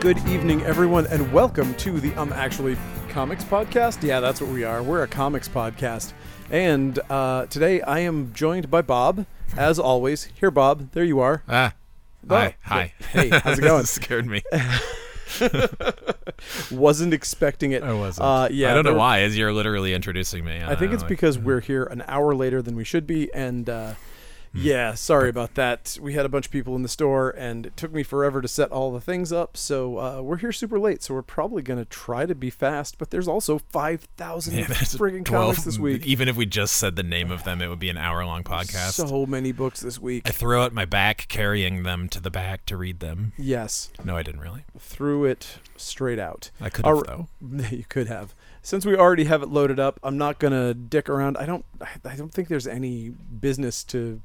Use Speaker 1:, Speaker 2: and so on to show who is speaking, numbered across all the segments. Speaker 1: Good evening, everyone, and welcome to the I'm Actually Comics podcast. Yeah, that's what we are. We're a comics podcast. And uh, today I am joined by Bob, as always. Here, Bob. There you are.
Speaker 2: Ah. Hi. Hi.
Speaker 1: Hey, how's it going?
Speaker 2: scared me.
Speaker 1: wasn't expecting it. I
Speaker 2: wasn't.
Speaker 1: Uh, yeah,
Speaker 2: I don't know
Speaker 1: there-
Speaker 2: why, as you're literally introducing me.
Speaker 1: I think it's because we're here an hour later than we should be, and uh, yeah, sorry about that. We had a bunch of people in the store, and it took me forever to set all the things up, so uh, we're here super late. So we're probably gonna try to be fast, but there's also five thousand friggin' comics this week.
Speaker 2: Even if we just said the name of them, it would be an hour long podcast.
Speaker 1: So many books this week.
Speaker 2: I throw out my back, carrying them to the back to read them.
Speaker 1: Yes,
Speaker 2: No, I didn't really.
Speaker 1: threw it straight out.
Speaker 2: I could have,
Speaker 1: Alri-
Speaker 2: though.
Speaker 1: you could have. Since we already have it loaded up, I'm not gonna dick around. I don't. I- I don't think there's any business to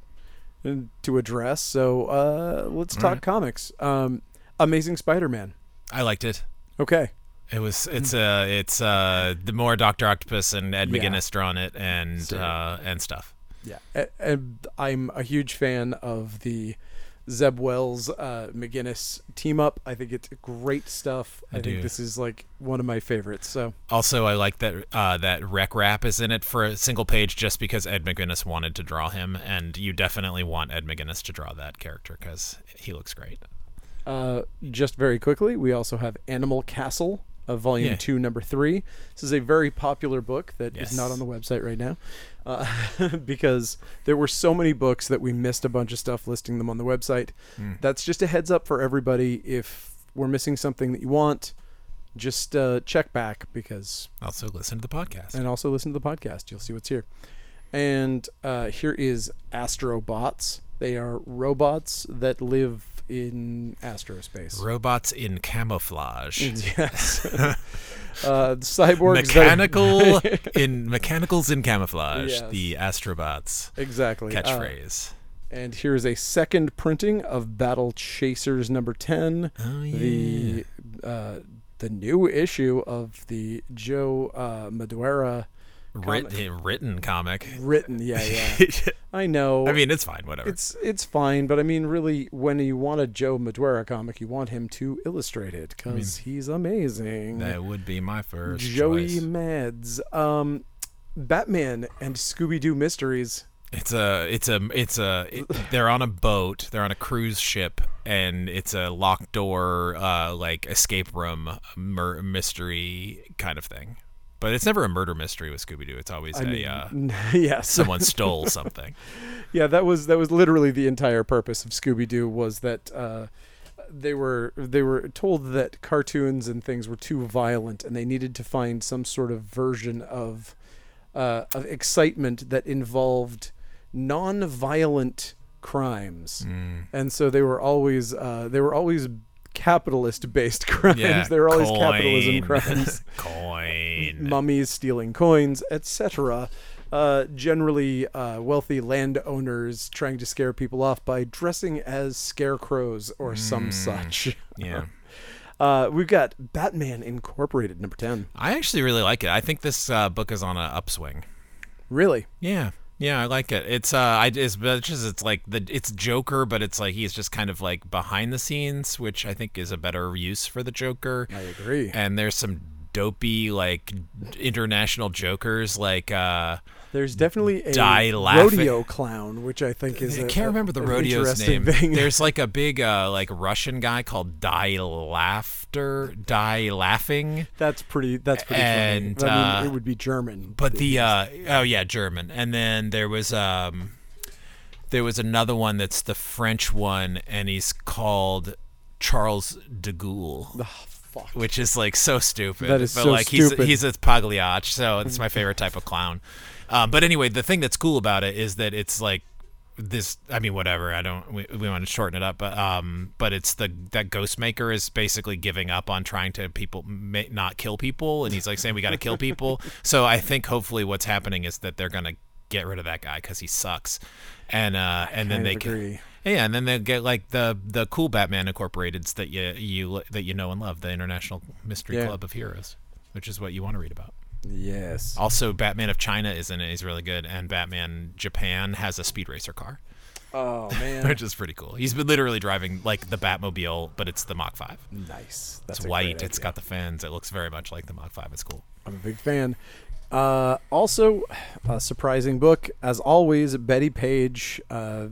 Speaker 1: to address. So uh, let's talk comics. Um, Amazing Spider-Man.
Speaker 2: I liked it.
Speaker 1: Okay.
Speaker 2: It was
Speaker 1: Hmm.
Speaker 2: it's uh it's uh the more Doctor Octopus and Ed
Speaker 1: Yeah.
Speaker 2: McGuinness drawn it and
Speaker 1: So-
Speaker 2: uh and stuff.
Speaker 1: Yeah. A- And I'm a huge fan of the Zeb Wells uh, McGinnis team up. I think it's great stuff. I, think
Speaker 2: do.
Speaker 1: this is like one of my favorites. So
Speaker 2: Also, I like that uh, that Rec Rap is in it for a single page just because Ed McGuinness wanted to draw him, and you definitely want Ed McGuinness to draw that character because he looks great.
Speaker 1: Uh, just very quickly, we also have Animal Castle, uh, Volume
Speaker 2: Yeah.
Speaker 1: 2, Number 3. This is a very popular book that is
Speaker 2: Yes.
Speaker 1: not on the website right now uh, because there were so many books that we missed a bunch of stuff listing them on the website.
Speaker 2: Hmm.
Speaker 1: That's just a heads up for everybody. If we're missing something that you want, just uh, check back because,
Speaker 2: Also, listen to the podcast.
Speaker 1: and also listen to the podcast. You'll see what's here. And uh, here is Astrobots. They are robots that live in astrospace.
Speaker 2: Robots in camouflage,
Speaker 1: Yes. uh, the cyborgs. that-
Speaker 2: mechanical in mechanicals in camouflage.
Speaker 1: Yes.
Speaker 2: The Astrobots
Speaker 1: exactly. uh,
Speaker 2: catchphrase.
Speaker 1: and here's a second printing of Battle Chasers number 10.
Speaker 2: oh yeah.
Speaker 1: The. Uh, the new issue of the Joe uh, Madureira
Speaker 2: Writ- eh, written comic.
Speaker 1: written, yeah, yeah. I know.
Speaker 2: I mean, it's fine. Whatever.
Speaker 1: it's it's fine, but I mean, really, when you want a Joe Madureira comic, you want him to illustrate it because he's amazing.
Speaker 2: that would be my first
Speaker 1: Joey
Speaker 2: choice.
Speaker 1: Mads, um, Batman and Scooby Doo Mysteries.
Speaker 2: It's a, it's a, it's a. It, they're on a boat. They're on a cruise ship, and it's a locked door, uh, like escape room mur- mystery kind of thing. But it's never a murder mystery with Scooby Doo. It's always a uh,
Speaker 1: yes,
Speaker 2: someone stole something.
Speaker 1: yeah. That was that was literally the entire purpose of Scooby Doo was that uh, they were they were told that cartoons and things were too violent, and they needed to find some sort of version of uh, of excitement that involved non-violent crimes,
Speaker 2: Mm.
Speaker 1: and so they were always uh, they were always capitalist-based crimes.
Speaker 2: Yeah,
Speaker 1: they were always
Speaker 2: coin,
Speaker 1: capitalism crimes.
Speaker 2: coin.
Speaker 1: mummies stealing coins, etc. Uh, generally, uh, wealthy landowners trying to scare people off by dressing as scarecrows or some such.
Speaker 2: Mm, Yeah,
Speaker 1: Uh, we've got Batman Incorporated, number 10.
Speaker 2: I actually really like it. I think this uh, book is on an upswing.
Speaker 1: Really?
Speaker 2: Yeah. Yeah, I like it. It's uh, I as much as it's like the it's Joker, but it's like he's just kind of like behind the scenes, which I think is a better use for the Joker.
Speaker 1: I agree.
Speaker 2: And there's some dopey like international Jokers, like uh,
Speaker 1: There's definitely a
Speaker 2: Die laughing.
Speaker 1: rodeo clown, which I think is
Speaker 2: I
Speaker 1: a-
Speaker 2: can't
Speaker 1: a-
Speaker 2: remember the
Speaker 1: an
Speaker 2: rodeo's
Speaker 1: interesting
Speaker 2: name.
Speaker 1: Thing.
Speaker 2: There's like a big uh, like Russian guy called Die Laughter, Die Laughing.
Speaker 1: that's pretty. That's pretty
Speaker 2: And,
Speaker 1: funny. I mean,
Speaker 2: uh,
Speaker 1: it would be German.
Speaker 2: But the uh, oh yeah, German. And then there was um, there was another one that's the French one, and he's called Charles de Gaulle,
Speaker 1: Ah, fuck.
Speaker 2: which is like so stupid.
Speaker 1: That is
Speaker 2: but
Speaker 1: so
Speaker 2: like
Speaker 1: stupid.
Speaker 2: he's he's a Pagliacci, so it's my favorite type of clown. Um, but anyway, the thing that's cool about it is that it's like this i mean whatever i don't we, we want to shorten it up but um but it's the that ghost maker is basically giving up on trying to people ma- not kill people and he's like saying we got to kill people so i think hopefully what's happening is that they're gonna get rid of that guy because he sucks and uh and then
Speaker 1: kind
Speaker 2: they
Speaker 1: of agree.
Speaker 2: can yeah and then they get like the the cool batman incorporateds that you you that you know and love the international mystery
Speaker 1: Yeah.
Speaker 2: club of heroes which is what you want to read about
Speaker 1: Yes.
Speaker 2: Oh. also batman of china is in it he's really good and batman japan has a speed racer car
Speaker 1: Oh man,
Speaker 2: which is pretty cool. He's been literally driving like the Batmobile, but it's the Mach 5.
Speaker 1: nice. That's
Speaker 2: It's
Speaker 1: a
Speaker 2: white.
Speaker 1: great
Speaker 2: It's
Speaker 1: idea.
Speaker 2: got the fins. It looks very much like the Mach 5. It's cool.
Speaker 1: I'm a big fan. Uh, also, a surprising book as always. Betty Page, uh,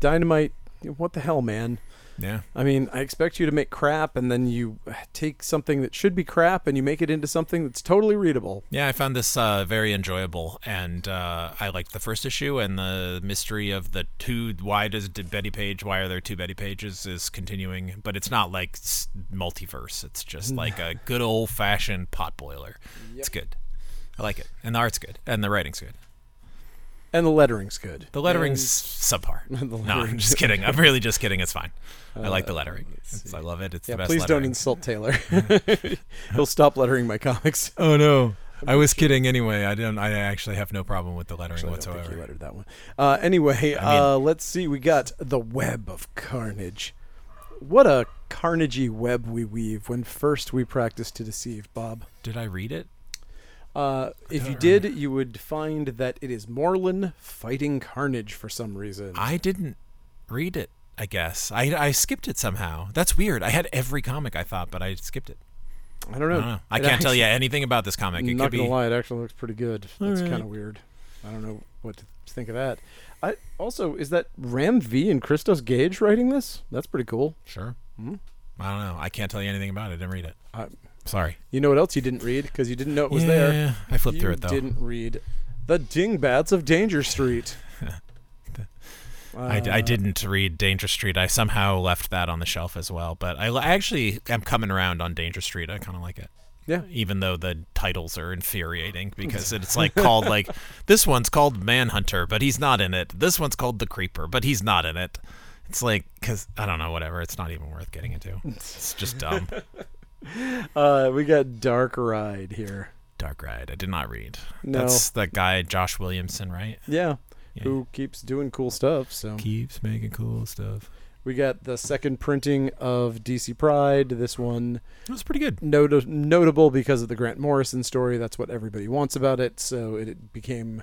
Speaker 1: Dynamite. What the hell, man?
Speaker 2: Yeah.
Speaker 1: I mean, I expect you to make crap, and then you take something that should be crap, and you make it into something that's totally readable.
Speaker 2: Yeah, I found this uh, very enjoyable, and uh, I liked the first issue. And the mystery of the two why does did Betty Page? Why are there two Betty Pages? Is continuing, but it's not like s- multiverse. It's just like a good old fashioned potboiler. It's good. I like it, and the art's good, and the writing's good.
Speaker 1: And the lettering's good.
Speaker 2: The lettering's subpar. no, I'm
Speaker 1: lettering's Uh,
Speaker 2: just kidding. I'm really just kidding. It's fine. I like the lettering. It's- I love it. It's
Speaker 1: Yeah,
Speaker 2: the best.
Speaker 1: please don't
Speaker 2: lettering.
Speaker 1: insult Taylor. He'll stop lettering my comics.
Speaker 2: Oh no. I was kidding anyway. I don't. I actually have no problem with the lettering
Speaker 1: I don't think he
Speaker 2: whatsoever.
Speaker 1: lettered that one. Uh, anyway,
Speaker 2: I mean-
Speaker 1: uh, let's see. We got the web of carnage. What a carnagey web we weave when first we practice to deceive, Bob.
Speaker 2: Did I read it?
Speaker 1: Uh, if you
Speaker 2: don't
Speaker 1: did, you would find that it is Morlun fighting Carnage for some reason.
Speaker 2: I didn't read it. I guess I, I skipped it somehow. That's weird. I had every comic I thought, but I skipped it.
Speaker 1: I don't know.
Speaker 2: I don't know. I
Speaker 1: It
Speaker 2: can't tell
Speaker 1: actually-
Speaker 2: you anything about this comic. It
Speaker 1: not
Speaker 2: could
Speaker 1: gonna
Speaker 2: be.
Speaker 1: lie, it actually looks pretty good. That's
Speaker 2: right.
Speaker 1: kind of weird. I don't know what to think of that. I also is that Ram V and Christos Gage writing this? That's pretty cool.
Speaker 2: Sure. I don't know. I can't tell you anything about it. I didn't read it.
Speaker 1: Hmm? I-
Speaker 2: Sorry.
Speaker 1: You know what else you didn't read because you didn't know it was
Speaker 2: yeah,
Speaker 1: there.
Speaker 2: I flipped
Speaker 1: you
Speaker 2: through it though.
Speaker 1: didn't read the Dingbats of Danger Street.
Speaker 2: I, I
Speaker 1: Uh,
Speaker 2: didn't read Danger Street. I somehow left that on the shelf as well. But I, I actually am coming around on Danger Street. I kind of like it.
Speaker 1: Yeah.
Speaker 2: Even though the titles are infuriating because it's like called like this one's called Manhunter, but he's not in it. This one's called The Creeper, but he's not in it. It's like because I don't know whatever. It's not even worth getting into. It's just dumb.
Speaker 1: Uh, we got Dark Ride here.
Speaker 2: Dark Ride. I did not read.
Speaker 1: No.
Speaker 2: That's the guy Josh Williamson, right?
Speaker 1: Yeah.
Speaker 2: Yeah.
Speaker 1: Who keeps doing cool stuff? So
Speaker 2: Keeps making cool stuff.
Speaker 1: we got the second printing of DC Pride. This one
Speaker 2: It was pretty good.
Speaker 1: not- notable because of the Grant Morrison story. That's what everybody wants about it. So it, it became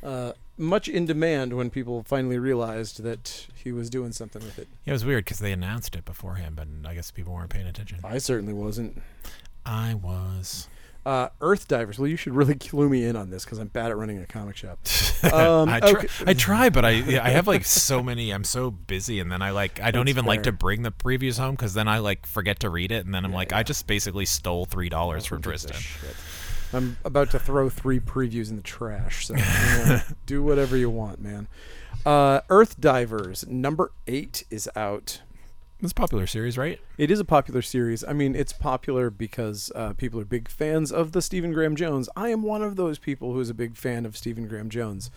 Speaker 1: uh, much in demand when people finally realized that he was doing something with it.
Speaker 2: Yeah, it was weird because they announced it beforehand, but I guess people weren't paying attention.
Speaker 1: I certainly wasn't.
Speaker 2: I was.
Speaker 1: Uh, Earth Divers. Well, you should really clue me in on this because I'm bad at running a comic shop. Um,
Speaker 2: I, try,
Speaker 1: okay.
Speaker 2: I try, but I yeah, I have like so many. I'm so busy, and then I like I don't
Speaker 1: That's
Speaker 2: even like to
Speaker 1: fair.
Speaker 2: bring the previews home because then I like forget to read it, and then I'm like I just basically stole three dollars from
Speaker 1: Who gives a
Speaker 2: Tristan.
Speaker 1: shit? I'm about to throw three previews in the trash, so you know, do whatever you want, man. Uh, Earth Divers number eight is out.
Speaker 2: It's a popular series, right?
Speaker 1: It is a popular series. I mean, it's popular because uh, people are big fans of the Stephen Graham Jones. I am one of those people who is a big fan of Stephen Graham Jones.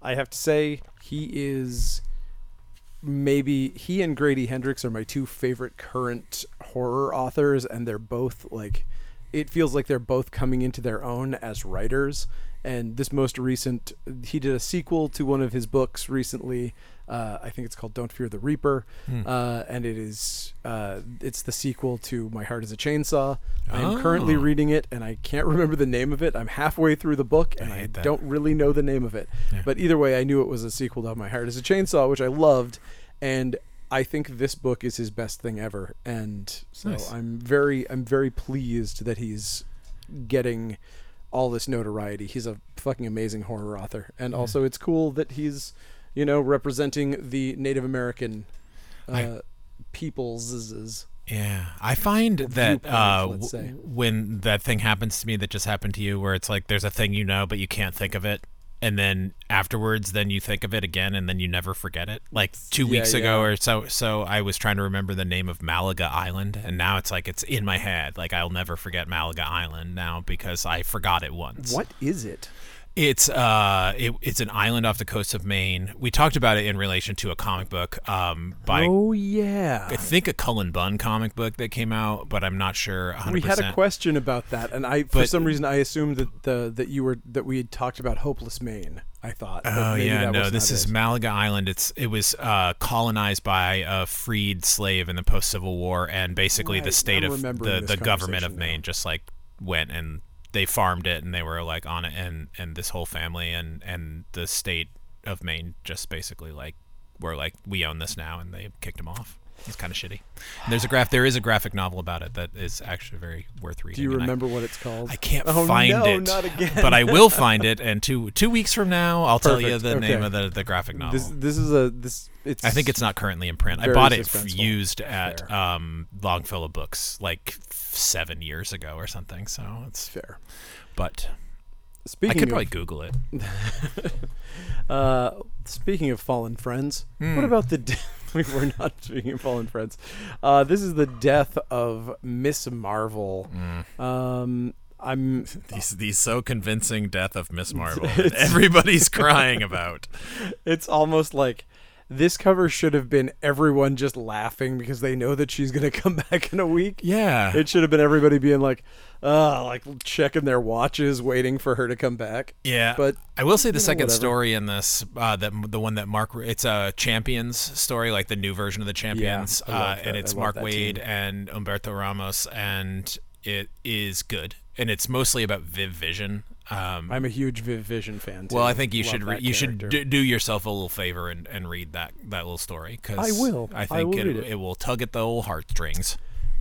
Speaker 1: I have to say, he is maybe he and Grady Hendrix are my two favorite current horror authors, and they're both like it feels like they're both coming into their own as writers. And this most recent, he did a sequel to one of his books recently. Uh, I think it's called "Don't Fear the Reaper,"
Speaker 2: Hmm.
Speaker 1: uh, and it is uh, it's the sequel to "My Heart Is a Chainsaw." I'm currently
Speaker 2: Oh.
Speaker 1: reading it, and I can't remember the name of it. I'm halfway through the book, and I,
Speaker 2: hate that.
Speaker 1: don't really know the name of it.
Speaker 2: Yeah.
Speaker 1: But either way, I knew it was a sequel to My Heart is a Chainsaw, which I loved. And I think this book is his best thing ever. And so
Speaker 2: Nice.
Speaker 1: I'm very I'm very pleased that he's getting all this notoriety. He's a fucking amazing horror author. And also it's cool that he's, you know, representing the Native American uh
Speaker 2: I-
Speaker 1: peoples.
Speaker 2: Yeah, I find that
Speaker 1: viewpoint,
Speaker 2: uh,
Speaker 1: let's
Speaker 2: w-
Speaker 1: say.
Speaker 2: when that thing happens to me that just happened to you, where it's like there's a thing you know but you can't think of it, and then afterwards, then you think of it again, and then you never forget it. Like two
Speaker 1: Yeah,
Speaker 2: weeks ago
Speaker 1: yeah.
Speaker 2: or so, so I was trying to remember the name of Malaga Island, and now it's like it's in my head. Like I'll never forget Malaga Island now because I forgot it once.
Speaker 1: What is it?
Speaker 2: It's uh, it, it's an island off the coast of Maine. We talked about it in relation to a comic book um by
Speaker 1: oh yeah.
Speaker 2: I think a Cullen Bunn comic book that came out, but I'm not sure. 100%.
Speaker 1: We had a question about that, and I for
Speaker 2: But-
Speaker 1: some reason I assumed that the that you were that we had talked about hopeless Maine. I thought. but
Speaker 2: Oh
Speaker 1: maybe
Speaker 2: yeah,
Speaker 1: that
Speaker 2: no,
Speaker 1: was
Speaker 2: this
Speaker 1: not
Speaker 2: is
Speaker 1: it.
Speaker 2: Malaga Island. It's it was uh, colonized by a freed slave in the post Civil War, and basically
Speaker 1: Right,
Speaker 2: the state
Speaker 1: I'm
Speaker 2: of
Speaker 1: remembering
Speaker 2: the,
Speaker 1: this
Speaker 2: the government of
Speaker 1: conversation now.
Speaker 2: Maine just like went and they farmed it, and they were like on it, and and this whole family and and the state of Maine just basically like were like, "We own this now," and they kicked him off. It's kind of shitty. And there's a graph. There is a graphic novel about it that is actually very worth reading.
Speaker 1: Do you
Speaker 2: and I-
Speaker 1: remember what it's called?
Speaker 2: I can't
Speaker 1: Oh,
Speaker 2: find
Speaker 1: no,
Speaker 2: it,
Speaker 1: not again.
Speaker 2: but I will find it. And two two weeks from now, I'll tell you
Speaker 1: Perfect,
Speaker 2: the
Speaker 1: okay.
Speaker 2: name of the, the graphic novel.
Speaker 1: This this is a this it's
Speaker 2: I think it's not currently in print. I
Speaker 1: Very
Speaker 2: bought it f-
Speaker 1: suspenseful.
Speaker 2: used at um, Longfellow Books like f- seven years ago or something. So it's
Speaker 1: fair.
Speaker 2: but
Speaker 1: Speaking
Speaker 2: I
Speaker 1: of,
Speaker 2: could probably Google it.
Speaker 1: Uh, speaking of fallen friends,
Speaker 2: Hmm.
Speaker 1: what about the? De- we were not speaking of fallen friends. Uh, this is the death of Miss Marvel.
Speaker 2: Hmm.
Speaker 1: Um, I'm
Speaker 2: These these so convincing death of Miss Marvel that everybody's crying about.
Speaker 1: it's almost like this cover should have been everyone just laughing because they know that she's gonna come back in a week.
Speaker 2: Yeah,
Speaker 1: It should have been everybody being like, uh, like checking their watches, waiting for her to come back.
Speaker 2: yeah.
Speaker 1: But
Speaker 2: I will say the second
Speaker 1: whatever.
Speaker 2: story in this, uh, that the one that Mark, it's a Champions story, like the new version of the Champions,
Speaker 1: I love
Speaker 2: uh,
Speaker 1: that.
Speaker 2: and it's
Speaker 1: I love
Speaker 2: Mark
Speaker 1: that
Speaker 2: Wade and Umberto Ramos, and it is good, and it's mostly about Viv Vision. Um,
Speaker 1: I'm a huge Viv Vision fan. Too.
Speaker 2: Well, I think you
Speaker 1: Love
Speaker 2: should re-
Speaker 1: that
Speaker 2: you should
Speaker 1: character.
Speaker 2: d- do yourself a little favor and, and read that that little story because
Speaker 1: I will. I
Speaker 2: I think
Speaker 1: will
Speaker 2: it,
Speaker 1: read it.
Speaker 2: will tug at the old heartstrings.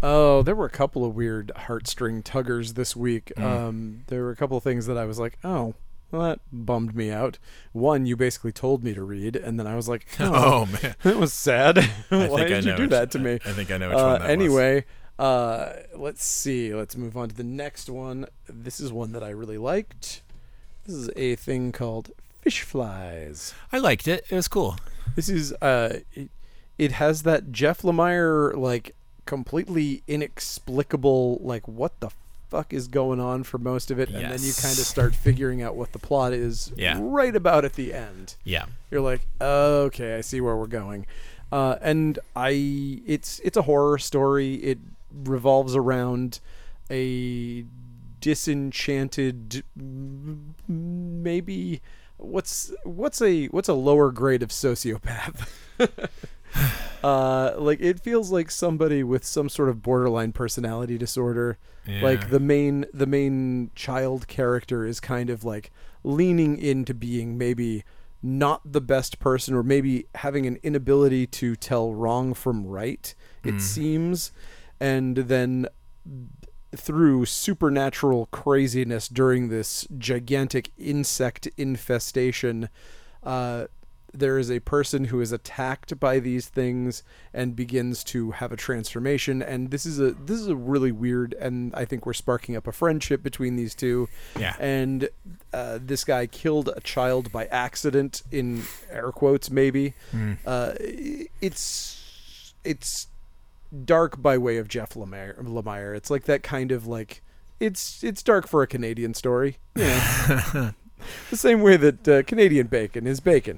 Speaker 1: Oh, there were a couple of weird heartstring tuggers this week.
Speaker 2: Mm.
Speaker 1: Um, there were a couple of things that I was like, oh, well, that bummed me out. One, you basically told me to read, and then I was like, oh,
Speaker 2: Oh, man,
Speaker 1: that was sad. Why
Speaker 2: think I
Speaker 1: did you
Speaker 2: know
Speaker 1: do
Speaker 2: which-
Speaker 1: that to me?
Speaker 2: I think I know which
Speaker 1: Uh,
Speaker 2: one. That
Speaker 1: anyway, uh, let's see. Let's move on to the next one. This is one that I really liked. This is a thing called fish flies.
Speaker 2: was. I liked it. It was cool.
Speaker 1: This is uh, it, it has that Jeff Lemire like completely inexplicable like what the fuck is going on for most of it, and then you
Speaker 2: Yes.
Speaker 1: kind of start figuring out what the plot is
Speaker 2: Yeah.
Speaker 1: right about at the end.
Speaker 2: Yeah,
Speaker 1: You're like, okay, I see where we're going, uh, and I it's it's a horror story. It revolves around a disenchanted m- maybe what's what's a what's a lower grade of sociopath uh like it feels like somebody with some sort of borderline personality disorder
Speaker 2: Yeah.
Speaker 1: like the main the main child character is kind of like leaning into being maybe not the best person or maybe having an inability to tell wrong from right it seems and then through supernatural craziness during this gigantic insect infestation. Uh, there is a person who is attacked by these things and begins to have a transformation and this is a this is a really weird and I think we're sparking up a friendship between these two.
Speaker 2: Yeah.
Speaker 1: And uh, this guy killed a child by accident in air quotes maybe. Uh, i- it's it's dark by way of Jeff Lemire. Lemire. It's like that kind of like it's it's dark for a Canadian story. You know? the same way that uh, Canadian bacon is bacon.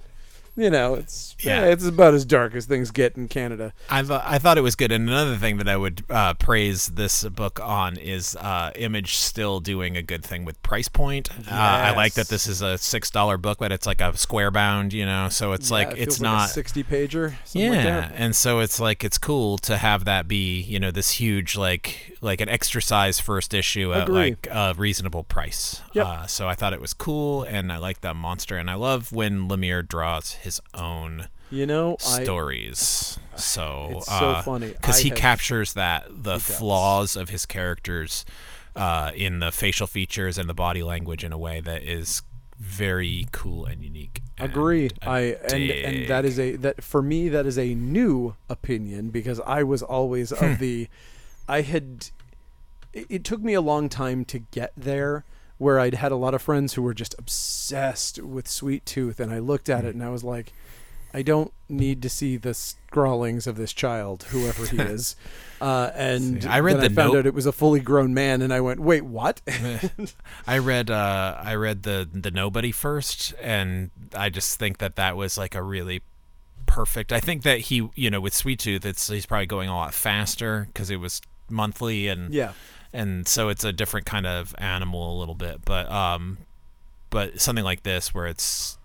Speaker 1: You know, it's yeah.
Speaker 2: Yeah.
Speaker 1: it's about as dark as things get in Canada.
Speaker 2: I th- I thought it was good. And another thing that I would uh, praise this book on is uh, Image still doing a good thing with price point. Uh, I like that
Speaker 1: Yes.
Speaker 2: this is a six dollar book, but it's like a square bound, you know. So it's like
Speaker 1: Yeah, Uh, it
Speaker 2: it's
Speaker 1: feels
Speaker 2: not
Speaker 1: like a sixty pager. something
Speaker 2: yeah
Speaker 1: like that.
Speaker 2: and so it's like it's cool to have that be you know this huge like like an extra size first issue at
Speaker 1: Agree.
Speaker 2: like a reasonable price
Speaker 1: Yep.
Speaker 2: uh, so i thought it was cool and i like that monster and i love when lemire draws his own
Speaker 1: You know, I
Speaker 2: stories so
Speaker 1: It's so funny.
Speaker 2: because
Speaker 1: I
Speaker 2: he
Speaker 1: have-
Speaker 2: captures that the
Speaker 1: does.
Speaker 2: flaws of his characters uh, in the facial features and the body language in a way that is very cool and unique and
Speaker 1: agree i and and that
Speaker 2: dig.
Speaker 1: is a that for me that is a new opinion because i was always
Speaker 2: Hmm.
Speaker 1: of the i had it, it took me a long time to get there where i'd had a lot of friends who were just obsessed with sweet tooth and i looked at it
Speaker 2: Hmm.
Speaker 1: and i was like i don't need to see the scrawlings of this child whoever he is uh, and
Speaker 2: I read
Speaker 1: then
Speaker 2: the
Speaker 1: I found
Speaker 2: note-
Speaker 1: out it was a fully grown man and i went wait what
Speaker 2: I read uh, I read the the Nobody first, and I just think that that was like a really perfect. I think that he, you know, with Sweet Tooth, it's he's probably going a lot faster because it was monthly and
Speaker 1: yeah
Speaker 2: and so it's a different kind of animal a little bit, but um, but something like this where it's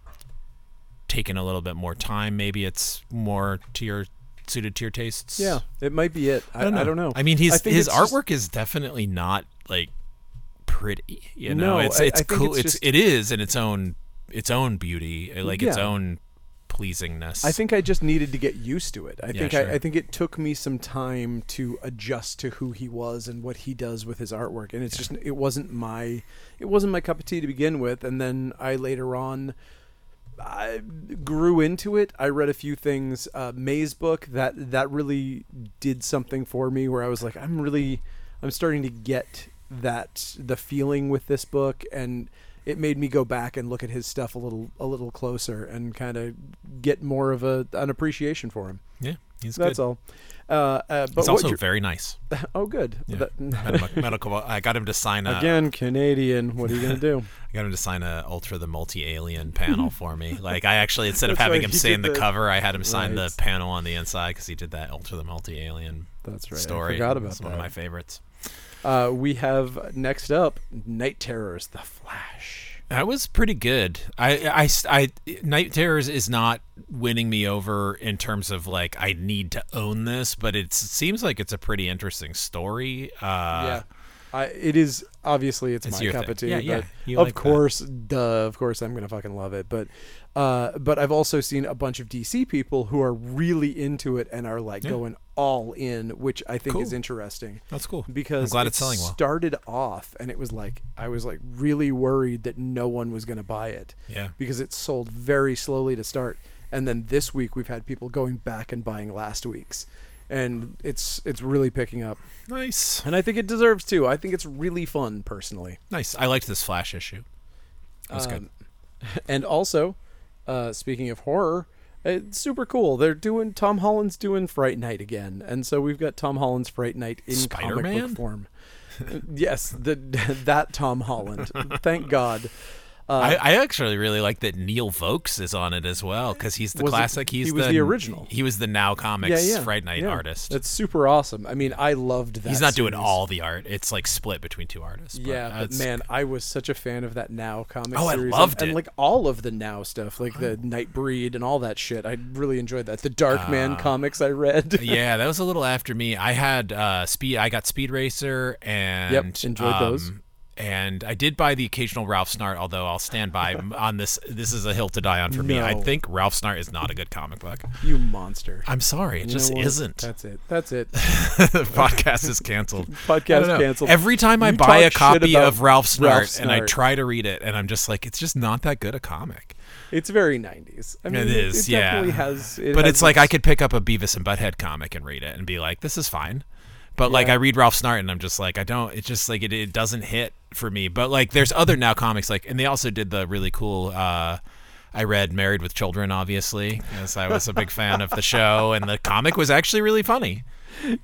Speaker 2: taken a little bit more time, maybe it's more to your suited to your tastes.
Speaker 1: yeah it might be it i, I don't know i,
Speaker 2: I mean, his
Speaker 1: think
Speaker 2: his
Speaker 1: it's just-
Speaker 2: artwork is definitely not like pretty. You know,
Speaker 1: No,
Speaker 2: it's
Speaker 1: I-
Speaker 2: it's
Speaker 1: I think
Speaker 2: cool.
Speaker 1: it's
Speaker 2: It's,
Speaker 1: just-
Speaker 2: it is in its own its own beauty, uh, like its
Speaker 1: Yeah.
Speaker 2: own pleasingness.
Speaker 1: I think I just needed to get used to it. I think
Speaker 2: sure.
Speaker 1: I, I think it took me some time to adjust to who he was and what he does with his artwork, and it's just it wasn't my it wasn't my cup of tea to begin with, and then I later on. I grew into it. I read a few things. Uh, May's book that that really did something for me, where I was like, I'm really, I'm starting to get that the feeling with this book, and it made me go back and look at his stuff a little a little closer and kind of get more of a an appreciation for him.
Speaker 2: yeah, he's
Speaker 1: That's
Speaker 2: good.
Speaker 1: all. Uh, uh, but
Speaker 2: He's
Speaker 1: what
Speaker 2: also
Speaker 1: you're-
Speaker 2: very nice.
Speaker 1: oh, good. That-
Speaker 2: Med- medical. I got him to sign a.
Speaker 1: again, Canadian. What are you gonna do?
Speaker 2: I got him to sign a Ultra the Multi Alien panel for me. Like I actually instead of
Speaker 1: That's
Speaker 2: having
Speaker 1: right,
Speaker 2: him
Speaker 1: he
Speaker 2: sign
Speaker 1: did
Speaker 2: the,
Speaker 1: the-
Speaker 2: cover, I had him sign
Speaker 1: Right.
Speaker 2: the panel on the inside because he did that Ultra the Multi Alien
Speaker 1: That's right.
Speaker 2: story.
Speaker 1: I forgot about
Speaker 2: it's
Speaker 1: that.
Speaker 2: one of my favorites.
Speaker 1: uh, we have next up Night Terrors, The Flash.
Speaker 2: That was pretty good. I, I, I, Night Terrors is not winning me over in terms of like I need to own this, but it seems like it's a pretty interesting story. Uh,
Speaker 1: yeah. I, it is obviously it's,
Speaker 2: It's
Speaker 1: my
Speaker 2: your
Speaker 1: cup
Speaker 2: thing.
Speaker 1: of tea.
Speaker 2: Yeah,
Speaker 1: but
Speaker 2: yeah, you
Speaker 1: of
Speaker 2: like that.
Speaker 1: course, duh, of course I'm gonna fucking love it. But uh, but I've also seen a bunch of DC people who are really into it and are like going all in, which I think is
Speaker 2: Cool.
Speaker 1: interesting.
Speaker 2: that's cool.
Speaker 1: Because
Speaker 2: I'm glad
Speaker 1: it
Speaker 2: it's selling well.
Speaker 1: started off and it was like I was like really worried that no one was gonna buy it.
Speaker 2: Yeah.
Speaker 1: Because it sold very slowly to start. And then this week we've had people going back and buying last week's. And it's it's really picking up.
Speaker 2: Nice,
Speaker 1: And I think it deserves to. I think it's really fun, personally.
Speaker 2: nice. I liked this Flash issue. That's
Speaker 1: Um,
Speaker 2: good.
Speaker 1: And also, uh, speaking of horror, it's super cool. They're doing Tom Holland's doing Fright Night again, and so we've got Tom Holland's Fright Night in comic
Speaker 2: Spider-Man?
Speaker 1: book form. Uh, yes, the that Tom Holland. Thank God. Uh,
Speaker 2: I, I actually really like that Neil Vokes is on it as well because he's the
Speaker 1: Was it-
Speaker 2: classic. he's
Speaker 1: he was the original.
Speaker 2: He was the Now Comics
Speaker 1: yeah, yeah,
Speaker 2: Fright Night
Speaker 1: yeah.
Speaker 2: artist.
Speaker 1: That's super awesome. I mean, I loved that.
Speaker 2: he's not doing
Speaker 1: series.
Speaker 2: all the art. It's like split between two artists. But
Speaker 1: Yeah, but
Speaker 2: that's-
Speaker 1: man, I was such a fan of that Now comic
Speaker 2: Oh, I
Speaker 1: series.
Speaker 2: loved
Speaker 1: and,
Speaker 2: it. Uh-huh.
Speaker 1: And like all of the Now stuff, like the Nightbreed and all that shit. I really enjoyed that. The Dark
Speaker 2: Uh,
Speaker 1: Man comics I read.
Speaker 2: yeah, that was a little after me. I had uh speed. I got Speed Racer and um,
Speaker 1: enjoyed those.
Speaker 2: And I did buy the occasional Ralph Snart, although I'll stand by m- on this. This is a hill to die on for me. I
Speaker 1: No.
Speaker 2: think Ralph Snart is not a good comic book.
Speaker 1: you monster.
Speaker 2: I'm sorry, it
Speaker 1: You know
Speaker 2: just
Speaker 1: what?
Speaker 2: isn't.
Speaker 1: That's it. That's it.
Speaker 2: the podcast is canceled.
Speaker 1: Podcast
Speaker 2: I don't know.
Speaker 1: canceled.
Speaker 2: Every time I
Speaker 1: You
Speaker 2: buy a
Speaker 1: talk shit
Speaker 2: copy
Speaker 1: about
Speaker 2: of Ralph Snart,
Speaker 1: Ralph
Speaker 2: and I
Speaker 1: Snart.
Speaker 2: try to read it, and I'm just like, it's just not that good a comic.
Speaker 1: It's very 90s. I mean,
Speaker 2: It is,
Speaker 1: It,
Speaker 2: yeah.
Speaker 1: definitely has. It
Speaker 2: but
Speaker 1: has
Speaker 2: it's like I
Speaker 1: its-
Speaker 2: could pick up a Beavis and Butthead comic and read it and be like, this is fine. But like
Speaker 1: Yeah.
Speaker 2: I read Ralph Snart and I'm just like, I don't. It's just like it, it doesn't hit for me. But like there's other now comics like, and they also did the really cool. uh I read Married with Children, obviously, as I was a big fan of the show, and the comic was actually really funny.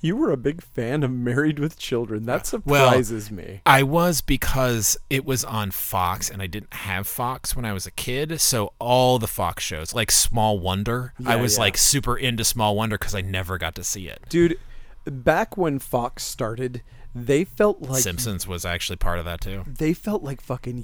Speaker 1: You were a big fan of Married with Children. That
Speaker 2: well,
Speaker 1: surprises me.
Speaker 2: I was because it was on Fox and I didn't have Fox when I was a kid. So all the Fox shows, like Small Wonder, I
Speaker 1: Yeah,
Speaker 2: was
Speaker 1: yeah.
Speaker 2: like super into Small Wonder because I never got to see it.
Speaker 1: Dude, back when Fox started, they felt like
Speaker 2: Simpsons was actually part of that too.
Speaker 1: they felt like fucking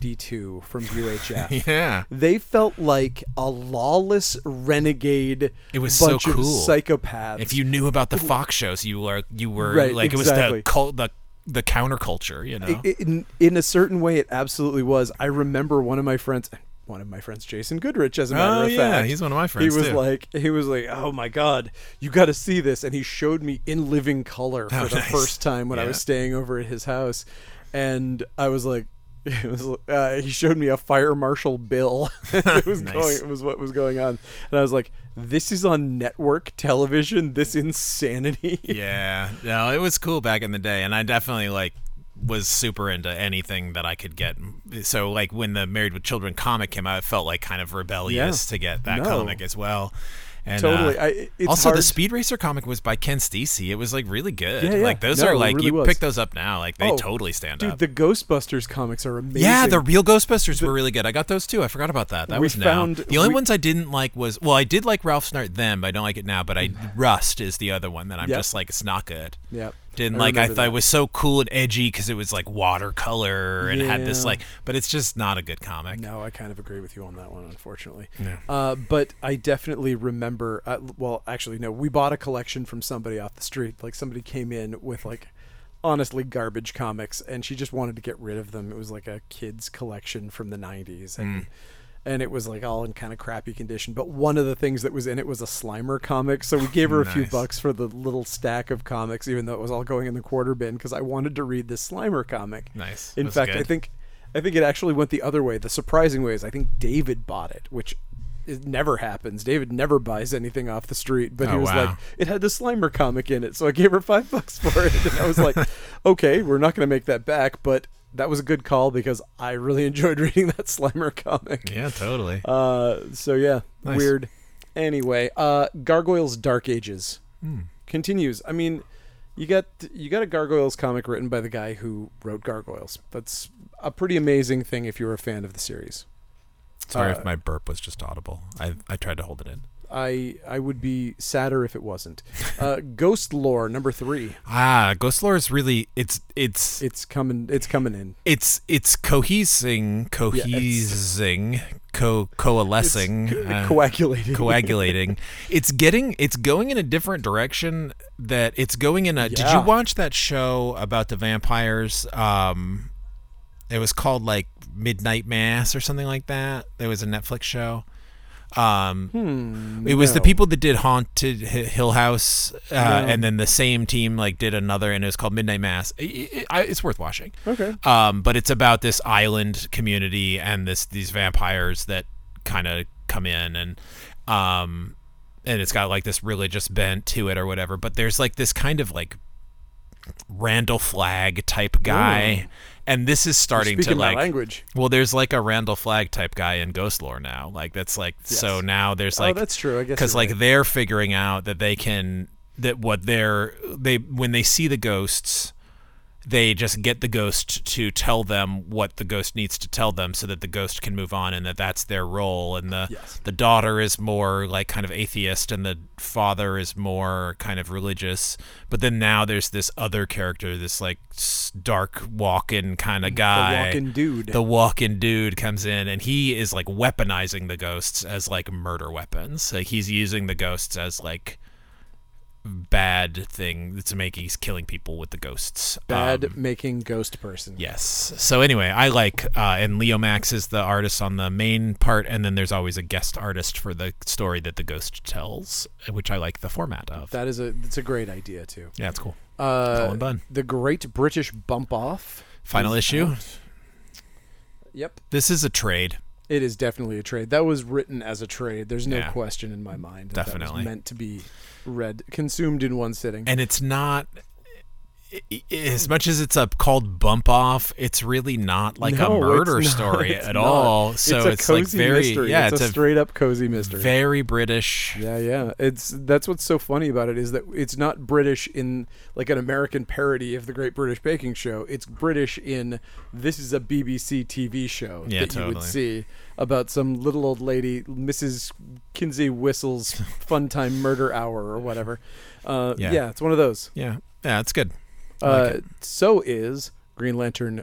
Speaker 1: U52 from UHF.
Speaker 2: Yeah.
Speaker 1: They felt like a lawless renegade.
Speaker 2: It was so
Speaker 1: bunch
Speaker 2: cool.
Speaker 1: of psychopaths.
Speaker 2: If you knew about the Fox shows, you were you were
Speaker 1: Right,
Speaker 2: like it was the
Speaker 1: exactly.
Speaker 2: cult the the counterculture, you know.
Speaker 1: in, in a certain way, it absolutely was. I remember one of my friends, one of my friends, Jason Goodrich, as a matter
Speaker 2: Oh,
Speaker 1: of
Speaker 2: yeah,
Speaker 1: fact.
Speaker 2: he's one of my friends,
Speaker 1: He was
Speaker 2: too.
Speaker 1: like, he was like, oh my god, you got to see this, and he showed me in living color for
Speaker 2: Oh,
Speaker 1: the
Speaker 2: nice.
Speaker 1: first time when I
Speaker 2: Yeah.
Speaker 1: was staying over at his house, and I was like. It was, uh, he showed me a fire marshal bill. it was
Speaker 2: Nice.
Speaker 1: going. It was what was going on, and I was like, "This is on network television. This insanity."
Speaker 2: yeah. No, it was cool back in the day, and I definitely like was super into anything that I could get. So like when the Married with Children comic came out, it felt like kind of rebellious to get
Speaker 1: No.
Speaker 2: that comic as well. And,
Speaker 1: Totally.
Speaker 2: uh,
Speaker 1: I- it's
Speaker 2: also, the
Speaker 1: hard-
Speaker 2: Speed Racer comic was by Ken Stacy. It was like really good.
Speaker 1: Yeah, yeah.
Speaker 2: Like those
Speaker 1: No,
Speaker 2: are
Speaker 1: it
Speaker 2: like
Speaker 1: really
Speaker 2: you
Speaker 1: was.
Speaker 2: pick those up now. Like they
Speaker 1: Oh,
Speaker 2: totally stand
Speaker 1: Dude,
Speaker 2: up.
Speaker 1: the Ghostbusters comics are amazing.
Speaker 2: yeah, the real Ghostbusters were really good. I got those too. I forgot about that. That
Speaker 1: We
Speaker 2: was now.
Speaker 1: found-
Speaker 2: the only
Speaker 1: we-
Speaker 2: ones I didn't like was well, I did like Ralph Snart then, but I don't like it now. But I Rust is the other one that I'm
Speaker 1: Yep.
Speaker 2: just like it's not good.
Speaker 1: Yep.
Speaker 2: Didn't
Speaker 1: I
Speaker 2: like. I
Speaker 1: remember
Speaker 2: thought it
Speaker 1: that.
Speaker 2: was so cool and edgy because it was like watercolor and had this
Speaker 1: Yeah.
Speaker 2: like, but it's just not a good comic.
Speaker 1: No, I kind of agree with you on that one, unfortunately. Uh, but I definitely remember. Uh, well, actually, no. We bought a collection from somebody off the street. Like somebody came in with like honestly garbage
Speaker 2: Mm.
Speaker 1: comics, and she just wanted to get rid of them. It was like a kids collection from the '90s, and and it was like all in kind of crappy condition. But one of the things that was in it was a Slimer comic, so we gave her a few
Speaker 2: Nice.
Speaker 1: bucks for the little stack of comics, even though it was all going in the quarter bin because I wanted to read this Slimer comic.
Speaker 2: Nice.
Speaker 1: In
Speaker 2: Was it
Speaker 1: fact, I
Speaker 2: good?
Speaker 1: think I think it actually went the other way. The surprising way is I think David bought it, which it never happens. David never buys anything off the street, but he
Speaker 2: Oh,
Speaker 1: was
Speaker 2: wow.
Speaker 1: like, it had the Slimer comic in it, so I gave her five bucks for it. And I was like, okay, we're not going to make that back, but that was a good call because I really enjoyed reading that Slimer comic.
Speaker 2: Yeah, totally.
Speaker 1: Uh, so yeah,
Speaker 2: Nice.
Speaker 1: weird. Anyway, uh, Gargoyles Dark Ages
Speaker 2: Hmm.
Speaker 1: continues. I mean, you got you got a Gargoyles comic written by the guy who wrote Gargoyles. That's a pretty amazing thing if you're a fan of the series.
Speaker 2: Sorry
Speaker 1: uh,
Speaker 2: if my burp was just audible. I I tried to hold it in.
Speaker 1: I I would be sadder if it wasn't. Uh, Ghost Lore number three.
Speaker 2: Ah, Ghost Lore is really it's it's
Speaker 1: It's coming. It's coming in.
Speaker 2: it's it's cohesing, cohesing, co coalescing, uh,
Speaker 1: coagulated.
Speaker 2: coagulating. It's getting it's going in a different direction that it's going in a Did you
Speaker 1: Yeah.
Speaker 2: watch that show about the vampires? Um it was called like Midnight Mass or something like that. There was a Netflix show. Um it was the
Speaker 1: Hmm, no.
Speaker 2: people that did Haunted Hi- Hill House uh,
Speaker 1: No.
Speaker 2: and then the same team like did another and it was called Midnight Mass. I- I- I- it's worth watching
Speaker 1: okay.
Speaker 2: um, but it's about this island community and this these vampires that kind of come in and um, and it's got like this religious bent to it or whatever. But there's like this kind of like Randall Flag type guy, and this is starting
Speaker 1: Mm. Speaking
Speaker 2: to
Speaker 1: my
Speaker 2: like
Speaker 1: language.
Speaker 2: well, there's like a Randall Flag type guy in Ghost Lore now. Like that's like so now there's like
Speaker 1: oh, that's true. I guess
Speaker 2: because
Speaker 1: you're
Speaker 2: like
Speaker 1: right.
Speaker 2: they're figuring out that they can that what they're they when they see the ghosts they just get the ghost to tell them what the ghost needs to tell them so that the ghost can move on and that that's their role and the
Speaker 1: Yes.
Speaker 2: the daughter is more like kind of atheist and the father is more kind of religious but then now there's this other character this like s- dark walk-in kind of
Speaker 1: the
Speaker 2: guy
Speaker 1: walking dude.
Speaker 2: the walking dude comes in and he is like weaponizing the ghosts as like murder weapons. Like he's using the ghosts as like bad thing to make. He's killing people with the ghosts.
Speaker 1: bad
Speaker 2: Um,
Speaker 1: making ghost person.
Speaker 2: yes. So anyway, I like uh, and Leo Max is the artist on the main part, and then there's always a guest artist for the story that the ghost tells, which I like the format of.
Speaker 1: That is a that's a great idea too.
Speaker 2: yeah, it's cool.
Speaker 1: Uh,
Speaker 2: Colin Bunn.
Speaker 1: the Great British Bump Off.
Speaker 2: Final
Speaker 1: is
Speaker 2: issue.
Speaker 1: out. Yep,
Speaker 2: This is a trade.
Speaker 1: it is definitely a trade. That was written as a trade. There's no
Speaker 2: Yeah.
Speaker 1: question in my mind. That that
Speaker 2: Definitely.
Speaker 1: was meant to be read, consumed in one sitting.
Speaker 2: and it's not i- i- as much as it's a called bump off it's really not like
Speaker 1: No,
Speaker 2: a
Speaker 1: it's
Speaker 2: murder
Speaker 1: not.
Speaker 2: story
Speaker 1: It's
Speaker 2: at
Speaker 1: not.
Speaker 2: all so
Speaker 1: it's a cozy
Speaker 2: like very
Speaker 1: mystery.
Speaker 2: yeah
Speaker 1: it's,
Speaker 2: it's,
Speaker 1: a,
Speaker 2: a,
Speaker 1: straight up cozy mystery.
Speaker 2: very british
Speaker 1: Yeah, yeah. It's that's what's so funny about it is that it's not British in like an American parody of the Great British Baking Show. It's British in this is a BBC TV show
Speaker 2: Yeah,
Speaker 1: that you would
Speaker 2: totally.
Speaker 1: see about some little old lady, Mrs. Kinsey Whistle's Fun Time Murder Hour or whatever. Uh, yeah.
Speaker 2: Yeah.
Speaker 1: it's one of those.
Speaker 2: yeah yeah it's good I
Speaker 1: Uh,
Speaker 2: like it.
Speaker 1: So is Green Lantern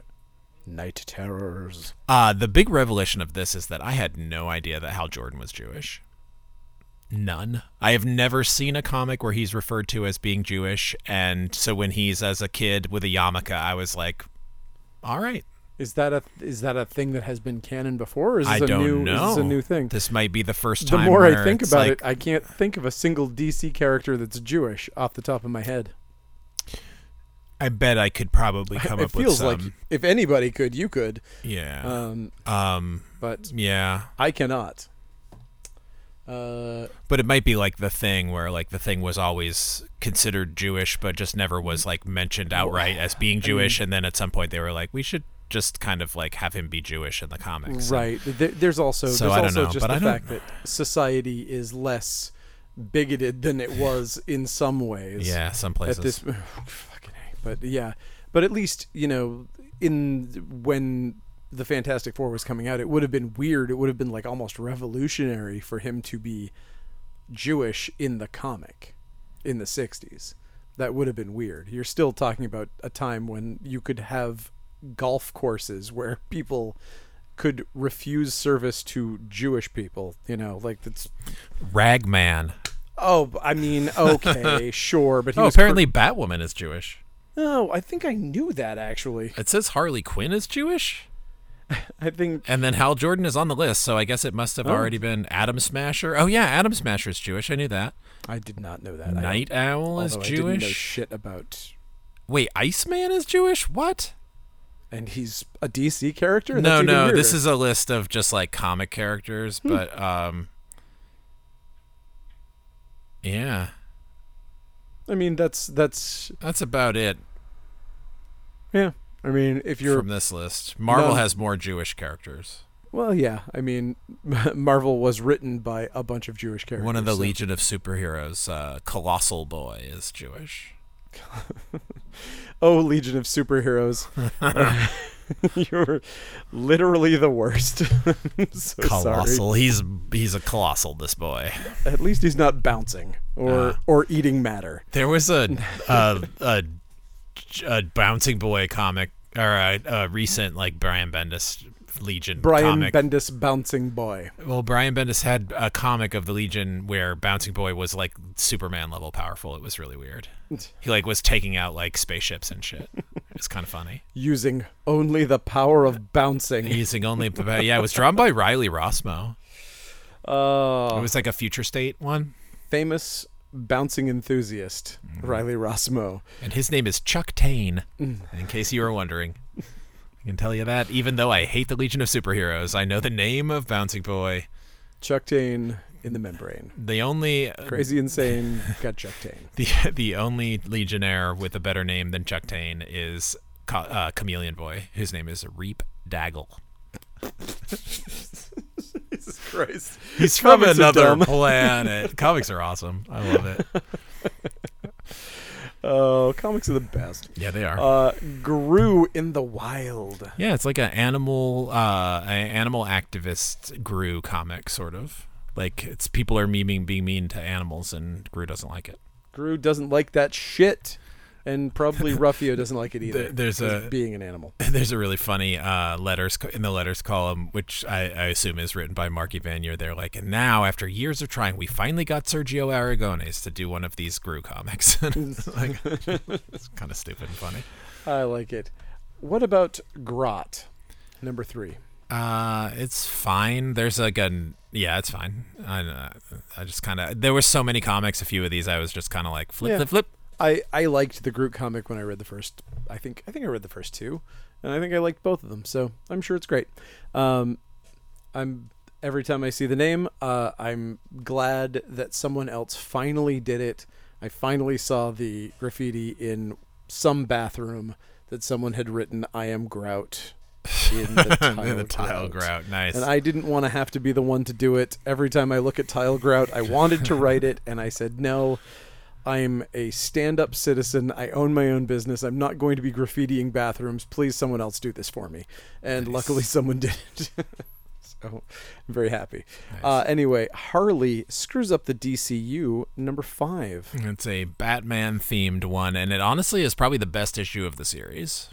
Speaker 1: Night Terrors.
Speaker 2: uh the big revelation of this is that i had no idea that hal jordan was jewish none i have never seen a comic where he's referred to as being jewish and so when he's as a kid with a yarmulke i was like all right
Speaker 1: Is that a is that a thing that has been canon before? Or is this
Speaker 2: I
Speaker 1: a
Speaker 2: don't
Speaker 1: new
Speaker 2: know.
Speaker 1: Is this a new thing?
Speaker 2: This might be the first
Speaker 1: the
Speaker 2: time.
Speaker 1: more I
Speaker 2: where
Speaker 1: think
Speaker 2: it's
Speaker 1: about
Speaker 2: like,
Speaker 1: it, I can't think of a single DC character that's Jewish off the top of my head.
Speaker 2: I bet I could probably come
Speaker 1: it
Speaker 2: up with
Speaker 1: feels
Speaker 2: some.
Speaker 1: like if anybody could, you could.
Speaker 2: yeah.
Speaker 1: Um,
Speaker 2: um.
Speaker 1: but
Speaker 2: Yeah.
Speaker 1: I cannot. Uh,
Speaker 2: But it might be like the thing where like the thing was always considered Jewish, but just never was like mentioned outright as being Jewish. and then at some point they were like, we should just kind of like have him be Jewish in the comics.
Speaker 1: right. There, there's also
Speaker 2: So
Speaker 1: there's
Speaker 2: I don't
Speaker 1: also
Speaker 2: know,
Speaker 1: just
Speaker 2: but
Speaker 1: the
Speaker 2: I don't-
Speaker 1: fact that society is less bigoted than it was in some ways.
Speaker 2: Yeah. Some places.
Speaker 1: at this fucking A. but yeah but at least you know in when the fantastic four was coming out it would have been weird it would have been like almost revolutionary for him to be jewish in the comic in the 60s that would have been weird you're still talking about a time when you could have golf courses where people could refuse service to jewish people you know like that's
Speaker 2: Ragman.
Speaker 1: oh i mean okay sure but he
Speaker 2: Oh,
Speaker 1: was Oh, per-
Speaker 2: apparently Batwoman is Jewish.
Speaker 1: no, I think I knew that actually.
Speaker 2: It says Harley Quinn is Jewish.
Speaker 1: I think
Speaker 2: And then Hal Jordan is on the list, so I guess it must have
Speaker 1: Oh.
Speaker 2: already been Adam Smasher. Oh yeah, Adam Smasher is Jewish. I knew that.
Speaker 1: I did not know that. I,
Speaker 2: Night Owl is
Speaker 1: although I didn't know
Speaker 2: Jewish.
Speaker 1: shit about.
Speaker 2: Wait, Iceman is Jewish? What?
Speaker 1: And he's a DC character. That's
Speaker 2: No,
Speaker 1: even
Speaker 2: no. This
Speaker 1: weirder.
Speaker 2: is a list of just like comic
Speaker 1: Hmm.
Speaker 2: characters, but um Yeah.
Speaker 1: I mean, that's that's
Speaker 2: That's about it
Speaker 1: yeah. I mean, if you're
Speaker 2: from this list. Marvel
Speaker 1: No.
Speaker 2: has more Jewish characters.
Speaker 1: well, yeah. I mean, Marvel was written by a bunch of Jewish characters.
Speaker 2: One of the
Speaker 1: so-
Speaker 2: Legion of Superheroes, uh, Colossal Boy, is Jewish.
Speaker 1: Oh, Legion of Superheroes. You're literally the worst. I'm so sorry.
Speaker 2: Colossal. He's he's a colossal. This boy.
Speaker 1: At least he's not bouncing or
Speaker 2: Ah.
Speaker 1: or eating matter.
Speaker 2: There was a a, a, a bouncing boy comic or a, a recent like Brian Bendis Legion
Speaker 1: Brian
Speaker 2: comic.
Speaker 1: Bendis bouncing boy.
Speaker 2: well, Brian Bendis had a comic of the Legion where Bouncing Boy was like Superman level powerful. It was really weird. He like was taking out like spaceships and shit. It's kind of funny.
Speaker 1: Using only the power of bouncing.
Speaker 2: Using only yeah, it was drawn by Riley Rossmo.
Speaker 1: Oh,
Speaker 2: It was like a future state one,
Speaker 1: famous bouncing enthusiast,
Speaker 2: Mm-hmm.
Speaker 1: Riley Rossmo.
Speaker 2: and his name is Chuck Tane. In case you were wondering, I can tell you that. Even though I hate the Legion of Superheroes, I know the name of Bouncing Boy.
Speaker 1: Chuck Tane in the membrane.
Speaker 2: The only uh,
Speaker 1: Crazy insane. Got Chuck Tane.
Speaker 2: the the only Legionnaire with a better name than Chuck Tane is Co- uh, Chameleon Boy, whose name is Reap Daggle.
Speaker 1: Jesus Christ.
Speaker 2: He's from
Speaker 1: Comics are
Speaker 2: another
Speaker 1: dumb.
Speaker 2: planet. Comics are awesome. I love it.
Speaker 1: Oh, comics are the best.
Speaker 2: Yeah, they are.
Speaker 1: Uh, grew in the wild.
Speaker 2: Yeah, it's like an animal, uh, a animal activist Gru comic, sort of. Like it's people are memeing, being mean to animals, and Gru doesn't like it.
Speaker 1: Gru doesn't like that shit, and probably Ruffio doesn't like it either.
Speaker 2: There- there's
Speaker 1: as
Speaker 2: a-
Speaker 1: being an animal.
Speaker 2: There's a really funny uh, letters co- in the letters column, which I, I assume is written by Marky Vanier. They're like, and now after years of trying, we finally got Sergio Aragones to do one of these Gru comics. it's like, it's kind of stupid and funny.
Speaker 1: I like it. What about Grot? Number three.
Speaker 2: Uh, it's fine. There's like a yeah, it's fine. I don't know. I just kind of there were so many comics. A few of these I was just kind of like flip,
Speaker 1: Yeah.
Speaker 2: flip, flip.
Speaker 1: I, I liked the Groot comic when I read the first. I think I think I read the first two, and I think I liked both of them. So I'm sure it's great. Um, I'm every time I see the name, uh, I'm glad that someone else finally did it. I finally saw the graffiti in some bathroom that someone had written "I am Grout" in the tile,
Speaker 2: the tile grout, nice.
Speaker 1: And I didn't want to have to be the one to do it. Every time I look at Tile Grout, I wanted to write it, and I said, no, I'm a stand up citizen. I own my own business. I'm not going to be graffitiing bathrooms. Please, someone else do this for me. And luckily, someone did it. so I'm very happy. Uh, anyway, Harley screws up the DCU number five.
Speaker 2: it's a Batman themed one, and it honestly is probably the best issue of the series.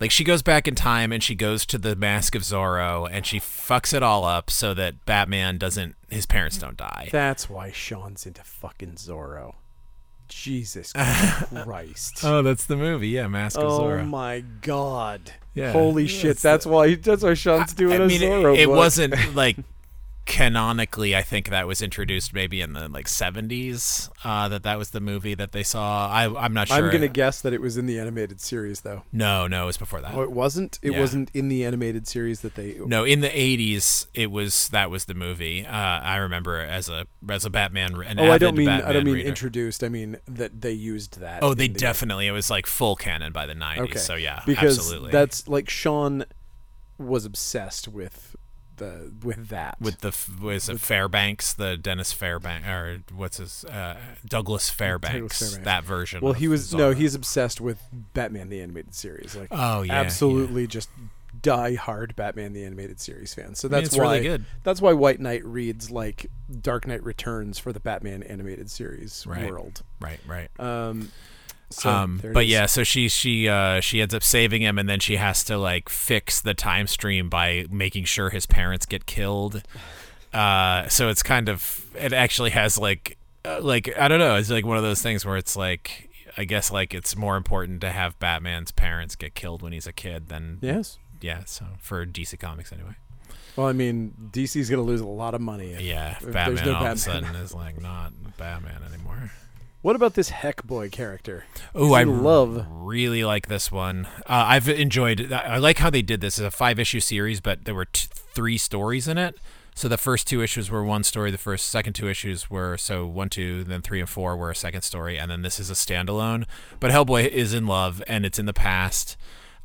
Speaker 2: Like she goes back in time and she goes to the Mask of Zorro and she fucks it all up so that Batman doesn't, his parents don't die.
Speaker 1: That's why Sean's into fucking Zorro. Jesus Christ.
Speaker 2: Oh, that's the movie, yeah, Mask of
Speaker 1: Oh
Speaker 2: Zorro.
Speaker 1: my god!
Speaker 2: Yeah.
Speaker 1: Holy
Speaker 2: Yeah,
Speaker 1: shit! That's why that's why Sean's doing
Speaker 2: I
Speaker 1: a
Speaker 2: mean, it-
Speaker 1: Zorro.
Speaker 2: it,
Speaker 1: book.
Speaker 2: wasn't like canonically. I think that was introduced maybe in the like seventies. Uh, that that was the movie that they saw. I, I'm not sure.
Speaker 1: I'm gonna guess that it was in the animated series, though.
Speaker 2: No, no, it was before that.
Speaker 1: Oh, it wasn't. It
Speaker 2: Yeah.
Speaker 1: wasn't in the animated series that they.
Speaker 2: No, in the '80s, it was that was the movie. Uh, I remember as a as a Batman. An
Speaker 1: Oh, I don't
Speaker 2: avid
Speaker 1: mean I
Speaker 2: Batman
Speaker 1: don't mean
Speaker 2: reader.
Speaker 1: introduced. I mean that they used that.
Speaker 2: Oh,
Speaker 1: in
Speaker 2: they
Speaker 1: the-
Speaker 2: definitely. It was like full canon by the '90s.
Speaker 1: Okay.
Speaker 2: So yeah,
Speaker 1: because
Speaker 2: absolutely.
Speaker 1: that's like Sean was obsessed with the with that
Speaker 2: with the f- was it Fairbanks, the Dennis Fairbanks, or what's his uh, Douglas Fairbanks,
Speaker 1: Fairbanks.
Speaker 2: that version.
Speaker 1: Well,
Speaker 2: of
Speaker 1: he was no,
Speaker 2: Zorro.
Speaker 1: he's obsessed with Batman the animated series. Like,
Speaker 2: Oh, yeah, yeah.
Speaker 1: absolutely just die hard Batman the animated series fan. So that's
Speaker 2: it's really
Speaker 1: why
Speaker 2: good.
Speaker 1: that's why White Knight reads like Dark Knight Returns for the Batman animated series
Speaker 2: Right.
Speaker 1: world.
Speaker 2: right, right.
Speaker 1: Um, so
Speaker 2: um,
Speaker 1: there it
Speaker 2: but
Speaker 1: is.
Speaker 2: yeah, so she she uh, she ends up saving him, and then she has to like fix the time stream by making sure his parents get killed. Uh, so it's kind of it actually has like uh, like I don't know, it's like one of those things where it's like I guess like it's more important to have Batman's parents get killed when he's a kid than
Speaker 1: yes,
Speaker 2: yeah, so for DC Comics anyway.
Speaker 1: Well, I mean, DC's gonna lose a lot of money. If,
Speaker 2: Yeah,
Speaker 1: there's
Speaker 2: Batman
Speaker 1: no
Speaker 2: all of
Speaker 1: Batman.
Speaker 2: a sudden is like not Batman anymore.
Speaker 1: What about this Heck Boy character?
Speaker 2: Oh,
Speaker 1: He's
Speaker 2: I
Speaker 1: in love.
Speaker 2: really like this one. Uh, I've enjoyed. I like how they did this. It's a five issue series, but there were t- three stories in it. So the first two issues were one story. The first second two issues were so one, two, then three and four were a second story, and then this is a standalone. But Hellboy is in love, and it's in the past.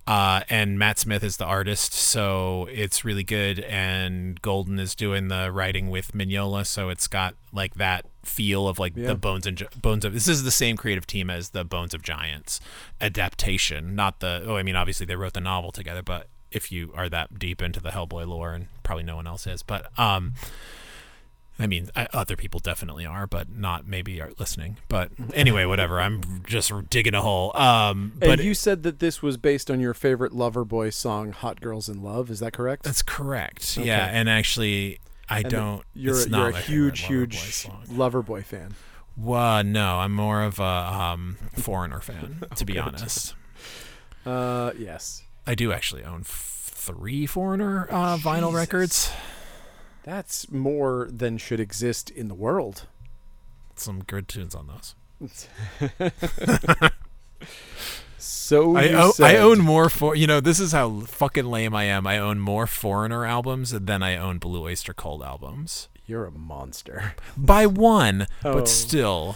Speaker 2: Uh, and Matt Smith is the artist, so it's really good. And Golden is doing the writing with Mignola, so it's got like that feel of like
Speaker 1: Yeah.
Speaker 2: the Bones and Gi- Bones of. This is the same creative team as the Bones of Giants adaptation, not the. Oh, I mean, obviously they wrote the novel together, but if you are that deep into the Hellboy lore, and probably no one else is, but um, I mean, I, other people definitely are, but not maybe are listening. But anyway, whatever. I'm just digging a hole. Um, but
Speaker 1: and you said that this was based on your favorite Lover Boy song, "Hot Girls in Love." Is that correct?
Speaker 2: That's correct.
Speaker 1: Okay.
Speaker 2: Yeah, and actually, I
Speaker 1: And
Speaker 2: don't.
Speaker 1: You're
Speaker 2: it's
Speaker 1: a,
Speaker 2: not
Speaker 1: you're
Speaker 2: my
Speaker 1: a huge,
Speaker 2: favorite Loverboy
Speaker 1: huge
Speaker 2: song.
Speaker 1: Lover Boy fan.
Speaker 2: Well, no, I'm more of a um, foreigner fan, to be honest.
Speaker 1: Uh, yes,
Speaker 2: I do actually own f- three foreigner uh, vinyl
Speaker 1: Jesus.
Speaker 2: records.
Speaker 1: that's more than should exist in the world.
Speaker 2: Some good tunes on those.
Speaker 1: So
Speaker 2: I,
Speaker 1: you
Speaker 2: o-
Speaker 1: said,
Speaker 2: I own more for you know this is how fucking lame I am. I own more foreigner albums than I own Blue Oyster Cult albums
Speaker 1: You're a monster.
Speaker 2: by one,
Speaker 1: Oh.
Speaker 2: but still,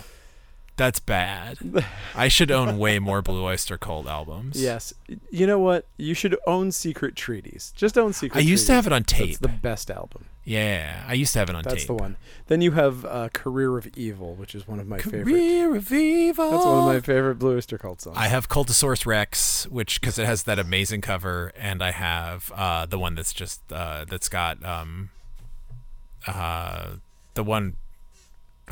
Speaker 2: that's bad. I should own way more Blue Oyster Cult albums.
Speaker 1: Yes. You know what? You should own Secret Treaties. Just own Secret.
Speaker 2: I used to have it on
Speaker 1: Treaties.
Speaker 2: tape.
Speaker 1: That's the best album.
Speaker 2: Yeah, I used to have it on
Speaker 1: That's
Speaker 2: tape.
Speaker 1: the one. Then you have uh, Career of Evil, which is one of my favorite.
Speaker 2: Career of Evil.
Speaker 1: That's one of my favorite Blue Oyster Cult songs.
Speaker 2: I have Cultosaurus Rex, which because it has that amazing cover, and I have uh, the one that's just uh, that's got um, uh, the one.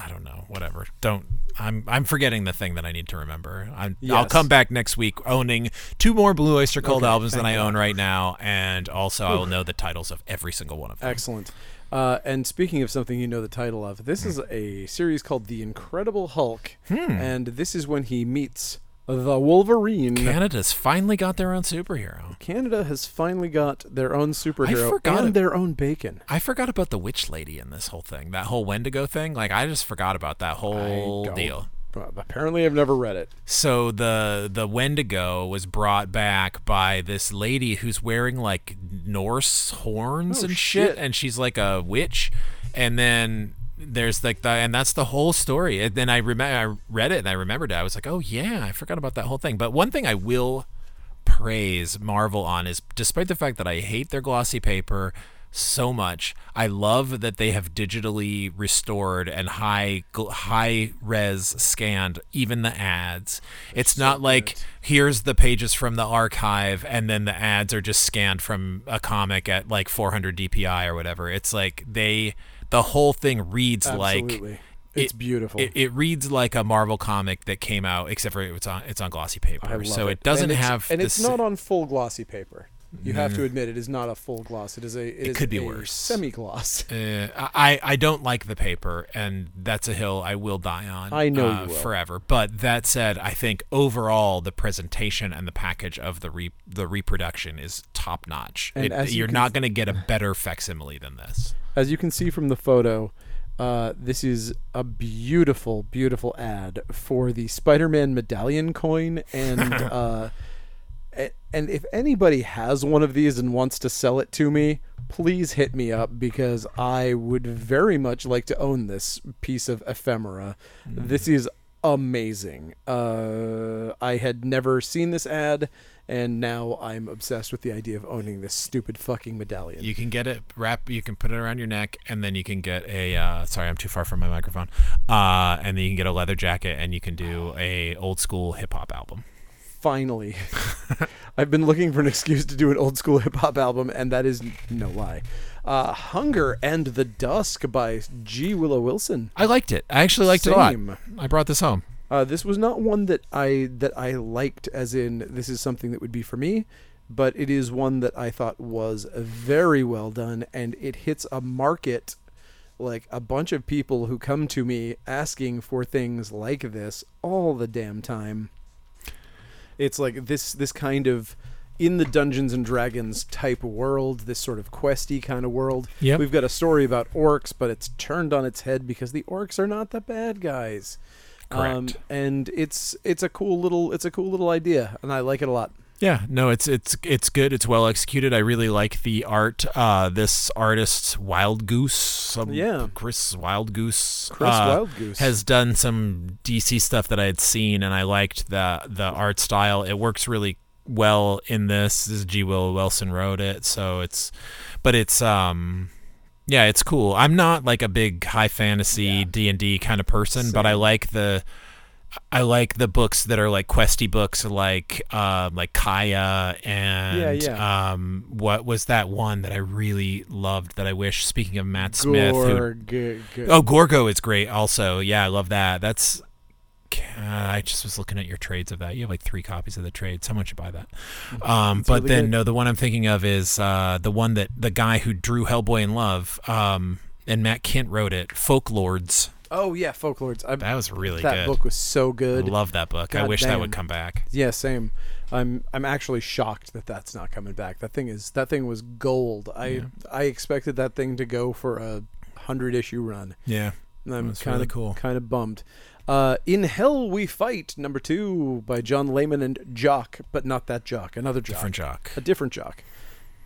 Speaker 2: I don't know. Whatever. Don't. I'm. I'm forgetting the thing that I need to remember. I'm, I'll
Speaker 1: Yes.
Speaker 2: come back next week owning two more Blue Oyster Cult
Speaker 1: Okay,
Speaker 2: albums than
Speaker 1: thank you.
Speaker 2: I own right now, and also I will know the titles of every single one of them.
Speaker 1: Excellent. Uh, and speaking of something you know the title of, this is a series called The Incredible Hulk,
Speaker 2: Hmm.
Speaker 1: and this is when he meets the Wolverine.
Speaker 2: Canada's finally got their own superhero.
Speaker 1: Canada has finally got their own superhero
Speaker 2: forgot
Speaker 1: and
Speaker 2: it.
Speaker 1: their own bacon.
Speaker 2: I forgot about the witch lady in this whole thing, that whole Wendigo thing. Like I just forgot about that whole
Speaker 1: don't-
Speaker 2: deal.
Speaker 1: But apparently, I've never read it.
Speaker 2: So the the Wendigo was brought back by this lady who's wearing like Norse horns
Speaker 1: Oh,
Speaker 2: and shit,
Speaker 1: shit.
Speaker 2: and she's like a witch. And then there's like the and that's the whole story. And then I remember I read it and I remembered it. I was like, oh yeah, I forgot about that whole thing. But one thing I will praise Marvel on is despite the fact that I hate their glossy paper so much, I love that they have digitally restored and high gl- high res scanned even the ads. It's not like here's the pages from the archive and then the ads are just scanned from a comic at like 400 DPI or whatever. It's like they the whole thing reads like
Speaker 1: Absolutely, it's
Speaker 2: it-
Speaker 1: beautiful.
Speaker 2: it, it reads like a Marvel comic that came out, except for it's on it's on glossy paper,
Speaker 1: I love
Speaker 2: so
Speaker 1: it.
Speaker 2: it, doesn't
Speaker 1: and it's-
Speaker 2: have.
Speaker 1: and
Speaker 2: the
Speaker 1: it's
Speaker 2: sa- Mm.
Speaker 1: not on full glossy paper. You have to admit it is not a full gloss. It is a it, is
Speaker 2: could be
Speaker 1: a
Speaker 2: worse.
Speaker 1: semi-gloss.
Speaker 2: Uh, I I don't like the paper, and that's a hill I will die on.
Speaker 1: I know
Speaker 2: uh,
Speaker 1: you will.
Speaker 2: forever. But that said, I think overall the presentation and the package of the re- the reproduction is top notch.
Speaker 1: And as you
Speaker 2: You're
Speaker 1: can-
Speaker 2: not going to get a better facsimile than this.
Speaker 1: As you can see from the photo, uh, this is a beautiful, beautiful ad for the Spider-Man medallion coin, and uh, a- and if anybody has one of these and wants to sell it to me, please hit me up because I would very much like to own this piece of ephemera. This is amazing. Uh, I had never seen this ad. And now I'm obsessed with the idea of owning this stupid fucking medallion.
Speaker 2: You can get it wrap. You can put it around your neck, and then you can get a. Uh, sorry, I'm too far from my microphone. Uh, and then you can get a leather jacket, and you can do a old school hip hop album.
Speaker 1: finally i've been looking for an excuse to do an old school hip-hop album and that is n- no lie uh, hunger and the dusk by g willow wilson
Speaker 2: I liked it. I actually liked it a
Speaker 1: Same.
Speaker 2: lot. I brought this home.
Speaker 1: uh, this was not one that i that i liked as in this is something that would be for me but it is one that i thought was very well done and it hits a market like a bunch of people who come to me asking for things like this all the damn time it's like this this kind of in the Dungeons and Dragons type world, this sort of questy kind of world.
Speaker 3: Yep.
Speaker 1: We've got a story about orcs, but it's turned on its head because the orcs are not the bad guys.
Speaker 2: Correct.
Speaker 1: Um, and it's it's a cool little it's a cool little idea, and I like it a lot.
Speaker 2: Yeah, no, it's it's it's good. It's well executed. I really like the art. Uh, this artist, Wild Goose, some
Speaker 1: Yeah.
Speaker 2: Chris Wild Goose,
Speaker 1: Chris
Speaker 2: uh,
Speaker 1: Wild Goose.
Speaker 2: has done some DC stuff that I had seen, and I liked the the art style. It works really well in this. This is G. Will Wilson wrote it, so it's, but it's um, yeah, it's cool. I'm not like a big high fantasy D and D kind of person, but I like the I like the books that are like questy books, like uh, like Kaya and
Speaker 1: yeah.
Speaker 2: um, what was that one that I really loved that I wish. Speaking of Matt Smith, who,
Speaker 1: Gore, g- g-
Speaker 2: oh Gorgo is great. Also, yeah, I love that. That's uh, I just was looking at your trades of that. You have like three copies of the trade. Someone should buy that. Um, but
Speaker 1: really
Speaker 2: then
Speaker 1: good.
Speaker 2: no, the one I'm thinking of is uh, the one that the guy who drew Hellboy in Love um, and Matt Kent wrote it. Folklords.
Speaker 1: oh yeah, folklords. I,
Speaker 2: That was really
Speaker 1: that
Speaker 2: good.
Speaker 1: book was so good.
Speaker 2: Love that book. I
Speaker 1: God
Speaker 2: wish that would
Speaker 1: damn.
Speaker 2: come back.
Speaker 1: Yeah, same. I'm I'm actually shocked that that's not coming back. That thing is that thing was gold. I I expected that thing to go for a hundred issue run.
Speaker 2: Yeah.
Speaker 1: And I'm
Speaker 2: That's
Speaker 1: kind
Speaker 2: really
Speaker 1: of
Speaker 2: cool.
Speaker 1: kind of bummed. Uh, In Hell We Fight, number two by John Lehman and Jock, but not that Jock, another Jock,
Speaker 2: Different jock.
Speaker 1: a different Jock,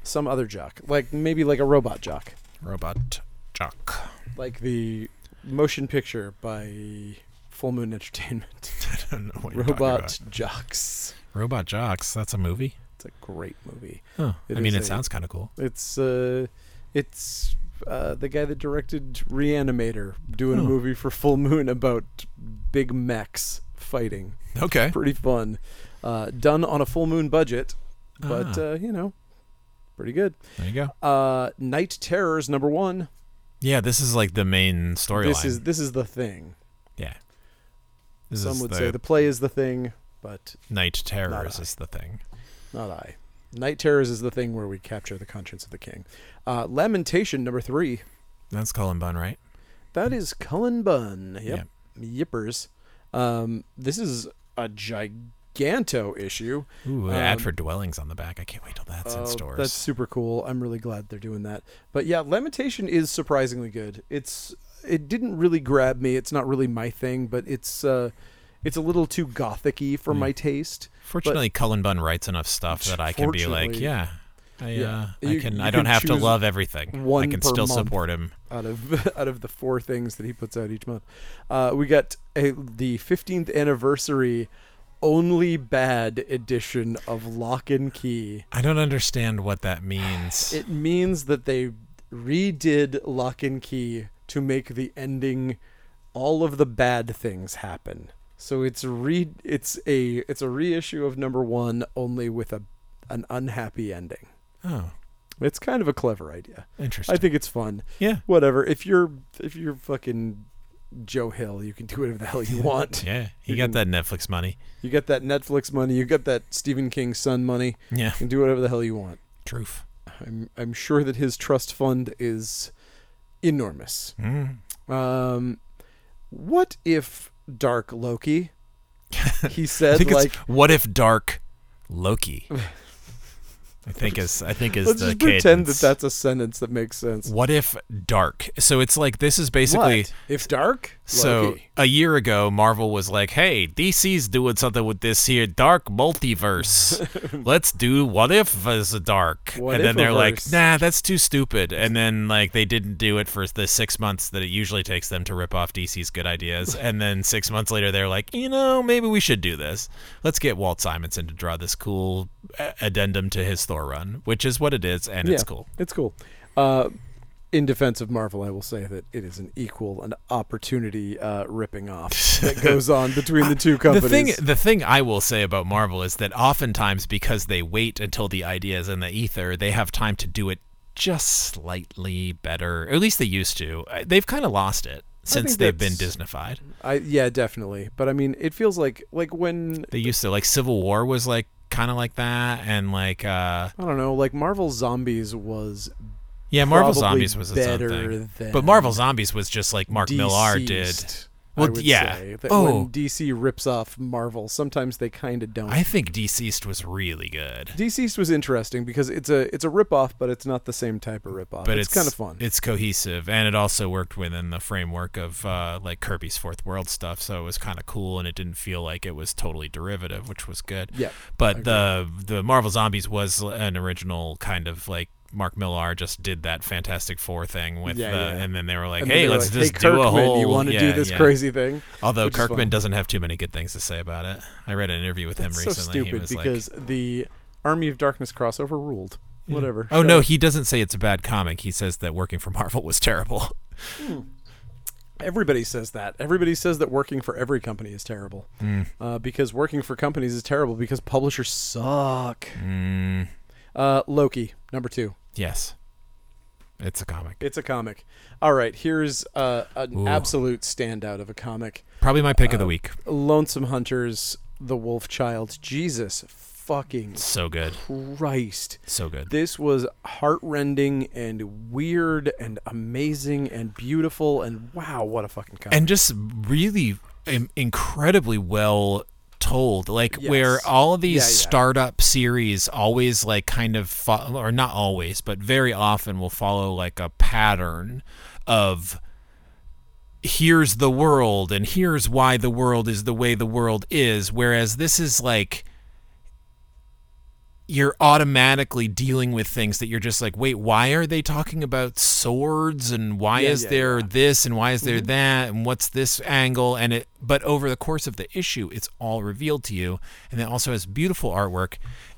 Speaker 1: some other Jock, like maybe like a robot Jock,
Speaker 2: Robot jock.
Speaker 1: like the motion picture by Full Moon Entertainment,
Speaker 2: I don't know what you're talking
Speaker 1: Robot
Speaker 2: about.
Speaker 1: Jocks.
Speaker 2: Robot jocks. That's a movie.
Speaker 1: It's a great movie.
Speaker 2: Huh.
Speaker 1: It
Speaker 2: I mean,
Speaker 1: is
Speaker 2: it
Speaker 1: a-
Speaker 2: sounds kind of cool.
Speaker 1: It's uh, it's uh, the guy that directed Reanimator doing a
Speaker 2: Oh.
Speaker 1: movie for Full Moon about big mechs fighting.
Speaker 2: Okay.
Speaker 1: Pretty fun. Uh, done on a full moon budget, but
Speaker 2: Ah.
Speaker 1: uh, you know, pretty good.
Speaker 2: There you go.
Speaker 1: Uh, Night Terrors number one.
Speaker 2: Yeah, this is like the main storyline.
Speaker 1: This is this is the thing.
Speaker 2: yeah. This
Speaker 1: Some
Speaker 2: is
Speaker 1: would
Speaker 2: the
Speaker 1: say the play is the thing, but
Speaker 2: night
Speaker 1: Not
Speaker 2: terrors
Speaker 1: I.
Speaker 2: is the thing.
Speaker 1: not I. Night Terrors is the thing where we capture the conscience of the king. Uh, Lamentation number three.
Speaker 2: That's Colin Bunn, right?
Speaker 1: That is Cullen Bunn. Yep. Yippers. Um, this is a giganto issue.
Speaker 2: Ooh, an ad
Speaker 1: Um,
Speaker 2: for dwellings on the back. I can't wait till that's in
Speaker 1: Oh,
Speaker 2: stores.
Speaker 1: That's super cool. I'm really glad they're doing that. But yeah, Lamentation is surprisingly good. It's it didn't really grab me. It's not really my thing, but it's uh it's a little too gothicy for my taste.
Speaker 2: Fortunately, Cullen Bunn writes enough stuff that I can be like,
Speaker 1: Fortunately-
Speaker 2: yeah, I,
Speaker 1: Yeah.
Speaker 2: Uh, I
Speaker 1: You-
Speaker 2: can.
Speaker 1: you
Speaker 2: I don't
Speaker 1: can
Speaker 2: have to
Speaker 1: choose
Speaker 2: love everything. I
Speaker 1: one
Speaker 2: can
Speaker 1: per
Speaker 2: still
Speaker 1: month.
Speaker 2: support him.
Speaker 1: out of out of the four things that he puts out each month. Uh, we got a, the 15th anniversary only bad edition of Lock and Key.
Speaker 2: I don't understand what that means.
Speaker 1: It means that they redid Lock and Key to make the ending all of the bad things happen. So it's re it's a it's a reissue of number 1 only with a an unhappy ending.
Speaker 2: oh,
Speaker 1: It's kind of a clever idea.
Speaker 2: interesting.
Speaker 1: I think it's fun
Speaker 2: yeah.
Speaker 1: whatever. If you're if you're fucking Joe Hill, you can do whatever the hell you want.
Speaker 2: Yeah,
Speaker 1: You
Speaker 2: you got that
Speaker 1: can-
Speaker 2: Netflix money.
Speaker 1: You get that Netflix money, you get that Stephen King son money,
Speaker 2: Yeah,
Speaker 1: you can do whatever the hell you want.
Speaker 2: truth.
Speaker 1: I'm I'm sure that his trust fund is enormous.
Speaker 2: Mm.
Speaker 1: Um, what if Dark Loki? He
Speaker 2: I
Speaker 1: said
Speaker 2: think
Speaker 1: like.
Speaker 2: it's what if Dark Loki. I think is I think is
Speaker 1: Let's
Speaker 2: the
Speaker 1: just pretend
Speaker 2: cadence.
Speaker 1: that that's a sentence that makes sense.
Speaker 2: what if dark. So it's like this is basically
Speaker 1: What? if dark,
Speaker 2: so
Speaker 1: Loki.
Speaker 2: a year ago Marvel was like, "Hey, DC's doing something with this here dark multiverse. Let's do what if as a dark."
Speaker 1: What
Speaker 2: and then they're like,
Speaker 1: if-averse.
Speaker 2: "Nah, that's too stupid." And then like they didn't do it for the 6 months that it usually takes them to rip off DC's good ideas. and then 6 months later they're like, "You know, maybe we should do this. Let's get Walt Simonson to draw this cool uh, addendum to his Thor run, which is what it is and it's cool."
Speaker 1: It's cool. Uh, in defense of Marvel, I will say that it is an equal an opportunity uh, ripping off that goes on between the two companies.
Speaker 2: The thing, the thing I will say about Marvel is that oftentimes because they wait until the idea is in the ether, they have time to do it just slightly better. Or at least they used to. Uh, They've kind of lost it since
Speaker 1: think
Speaker 2: they've been
Speaker 1: that's-
Speaker 2: Disneyfied.
Speaker 1: I yeah, definitely. But I mean, it feels like like when
Speaker 2: They used to like Civil War was like kind of like that, and like uh
Speaker 1: I don't know, like Marvel Zombies was
Speaker 2: yeah, Marvel
Speaker 1: probably
Speaker 2: Zombies was its own
Speaker 1: better
Speaker 2: thing.
Speaker 1: than
Speaker 2: But Marvel Zombies was just like Mark Millar did.
Speaker 1: deceased. I
Speaker 2: Well,
Speaker 1: would
Speaker 2: yeah.
Speaker 1: say that
Speaker 2: Oh.
Speaker 1: when DC rips off Marvel, sometimes they kind of don't.
Speaker 2: I think Deceased was really good.
Speaker 1: Deceased was interesting because it's a it's a ripoff, but it's not the same type of ripoff.
Speaker 2: But
Speaker 1: it's,
Speaker 2: it's,
Speaker 1: kind of fun.
Speaker 2: It's cohesive, and it also worked within the framework of uh, like Kirby's Fourth World stuff, so it was kind of cool, and it didn't feel like it was totally derivative, which was good.
Speaker 1: Yeah,
Speaker 2: But the the Marvel Zombies was an original kind of like Mark Millar just did that Fantastic Four thing with,
Speaker 1: Yeah,
Speaker 2: the,
Speaker 1: yeah.
Speaker 2: and then they were like,
Speaker 1: And then
Speaker 2: hey,
Speaker 1: they're
Speaker 2: let's
Speaker 1: like,
Speaker 2: just
Speaker 1: hey,
Speaker 2: do
Speaker 1: Kirkman,
Speaker 2: a whole.
Speaker 1: You want to
Speaker 2: yeah,
Speaker 1: do this
Speaker 2: yeah.
Speaker 1: crazy thing?
Speaker 2: Although
Speaker 1: which is fun.
Speaker 2: Kirkman doesn't have too many good things to say about it. I read an interview with him
Speaker 1: It's so
Speaker 2: recently. he
Speaker 1: stupid
Speaker 2: was like,
Speaker 1: because the Army of Darkness crossover ruled. Whatever.
Speaker 2: Oh
Speaker 1: Shut
Speaker 2: no,
Speaker 1: up.
Speaker 2: he doesn't say it's a bad comic. He says that working for Marvel was terrible.
Speaker 1: Everybody says that. Everybody says that working for every company is terrible.
Speaker 2: Mm.
Speaker 1: Uh, because working for companies is terrible because publishers suck.
Speaker 2: Mm,
Speaker 1: Uh, Loki, number two.
Speaker 2: yes, it's a comic.
Speaker 1: It's a comic. All right, here's uh, an
Speaker 2: Ooh.
Speaker 1: absolute standout of a comic.
Speaker 2: Probably my pick of the week.
Speaker 1: Lonesome Hunters, The Wolf Child. Jesus fucking
Speaker 2: So good,
Speaker 1: Christ.
Speaker 2: so good.
Speaker 1: This was heartrending and weird and amazing and beautiful and wow, what a fucking comic.
Speaker 2: and just really Im- incredibly well told like
Speaker 1: Yes.
Speaker 2: where all of these
Speaker 1: Yeah, yeah.
Speaker 2: startup series always like kind of follow or not always but very often will follow like a pattern of here's the world and here's why the world is the way the world is whereas this is like you're automatically dealing with things that you're just like wait why are they talking about swords and why
Speaker 1: Yeah,
Speaker 2: is
Speaker 1: yeah,
Speaker 2: there this and why is
Speaker 1: Mm-hmm.
Speaker 2: there that and what's this angle and it but over the course of the issue it's all revealed to you and it also has beautiful artwork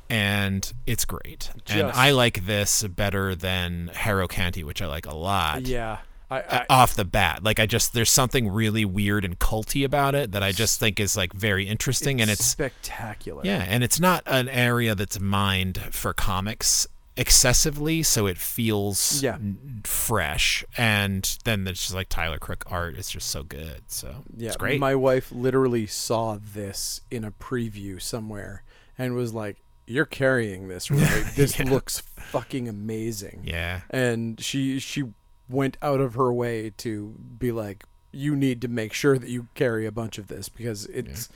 Speaker 2: and it's great and
Speaker 1: Just-
Speaker 2: i like this better than harrow county which i like a lot
Speaker 1: yeah. I, I,
Speaker 2: off the bat. Like I just there's something really weird and culty about it that I just think is like very interesting and it's
Speaker 1: spectacular.
Speaker 2: yeah, and it's not an area that's mined for comics excessively, so it feels
Speaker 1: Yeah.
Speaker 2: n- fresh. And then there's just like Tyler Crook art, it's just so good. So
Speaker 1: Yeah,
Speaker 2: it's great.
Speaker 1: My wife literally saw this in a preview somewhere and was like, "You're carrying this, right? This looks fucking amazing."
Speaker 2: yeah.
Speaker 1: And she she went out of her way to be like, "You need to make sure that you carry a bunch of this because it's."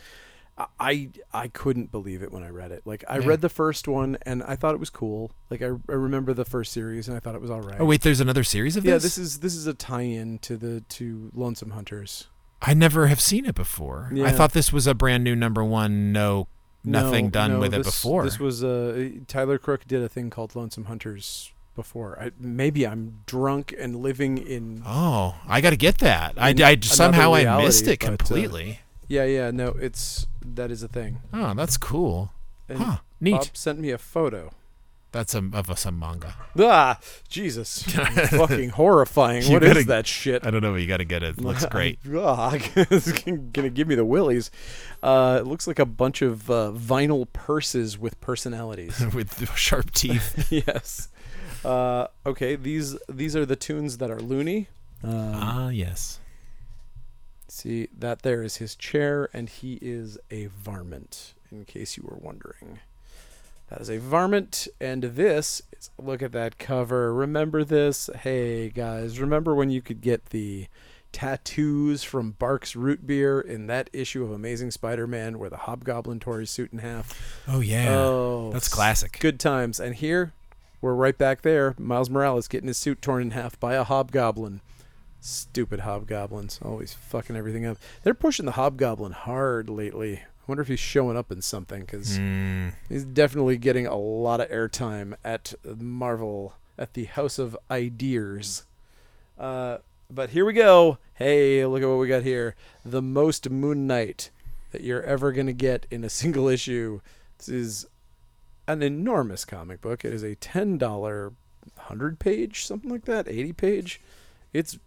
Speaker 1: I I couldn't believe it when I read it. Like I read the first one and I thought it was cool. Like I, I remember the first series and I thought it was all right.
Speaker 2: Oh wait, there's another series of
Speaker 1: yeah,
Speaker 2: this?
Speaker 1: this is this is a tie-in to the to Lonesome Hunters.
Speaker 2: I never have seen it before.
Speaker 1: Yeah.
Speaker 2: I thought this was a brand new number one, no nothing
Speaker 1: No,
Speaker 2: done
Speaker 1: no,
Speaker 2: with it
Speaker 1: this-
Speaker 2: before.
Speaker 1: This was uh, Tyler Crook did a thing called Lonesome Hunters before. I, maybe I'm drunk and living in.
Speaker 2: Oh, I got to get that. I,
Speaker 1: An-
Speaker 2: I somehow I
Speaker 1: another
Speaker 2: missed
Speaker 1: reality,
Speaker 2: it
Speaker 1: but, uh,
Speaker 2: completely.
Speaker 1: Yeah, yeah, no, it's that is a thing.
Speaker 2: oh, that's cool.
Speaker 1: And
Speaker 2: Huh. Neat.
Speaker 1: Bob sent me a photo.
Speaker 2: That's a, of a, some manga.
Speaker 1: Ah, Jesus, fucking horrifying.
Speaker 2: You
Speaker 1: What is
Speaker 2: gotta-
Speaker 1: that shit?
Speaker 2: I don't know, but you got to get it. It looks great.
Speaker 1: Ah, it's gonna give me the willies. Uh, it looks like a bunch of uh, vinyl purses with personalities.
Speaker 2: With the sharp teeth.
Speaker 1: yes. Uh, okay, these these are the tunes that are loony. Uh,
Speaker 2: Ah, yes.
Speaker 1: See, that there is his chair, and he is a varmint, in case you were wondering. That is a varmint, and this is look at that cover. Remember this? Hey, guys, remember when you could get the tattoos from Bark's Root Beer in that issue of Amazing Spider Man where the hobgoblin tore his suit in half?
Speaker 2: Oh, yeah.
Speaker 1: Oh,
Speaker 2: that's classic.
Speaker 1: Good times. And here, we're right back there. Miles Morales getting his suit torn in half by a hobgoblin. Stupid hobgoblins, always fucking everything up. They're pushing the hobgoblin hard lately. I wonder if he's showing up in something because
Speaker 2: Mm,
Speaker 1: he's definitely getting a lot of airtime at Marvel at the House of Ideas. Uh, but here we go. Hey, look at what we got here. The most Moon Knight that you're ever going to get in a single issue. This is an enormous comic book. It is a $10, 100 page, something like that, 80 page. It's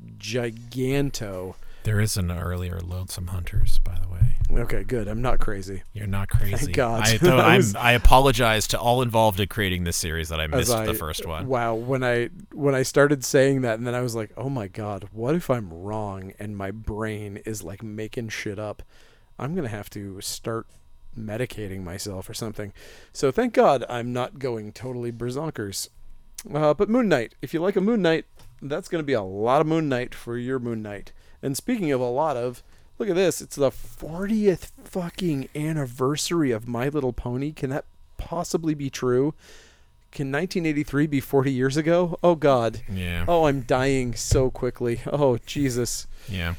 Speaker 1: giganto.
Speaker 2: there is an earlier Loathsome Hunters, by the way.
Speaker 1: Okay, good. I'm not crazy.
Speaker 2: You're not crazy.
Speaker 1: God.
Speaker 2: I, though
Speaker 1: I
Speaker 2: I'm,
Speaker 1: was-
Speaker 2: I apologize to all involved in creating this series that I
Speaker 1: As
Speaker 2: missed
Speaker 1: I-
Speaker 2: the first one.
Speaker 1: Wow, when I when I started saying that and then I was like, "Oh my god, what if I'm wrong and my brain is like making shit up? I'm going to have to start medicating myself or something." So thank god I'm not going totally berserkers. Uh, but Moon Knight, if you like a Moon Knight, that's going to be a lot of Moon Knight for your Moon Knight. And speaking of a lot of, Look at this. It's the 40th fucking anniversary of My Little Pony. Can that possibly be true? Can 1983 be 40 years ago? Oh, God.
Speaker 2: Yeah.
Speaker 1: Oh, I'm dying so quickly. Oh, Jesus.
Speaker 2: Yeah.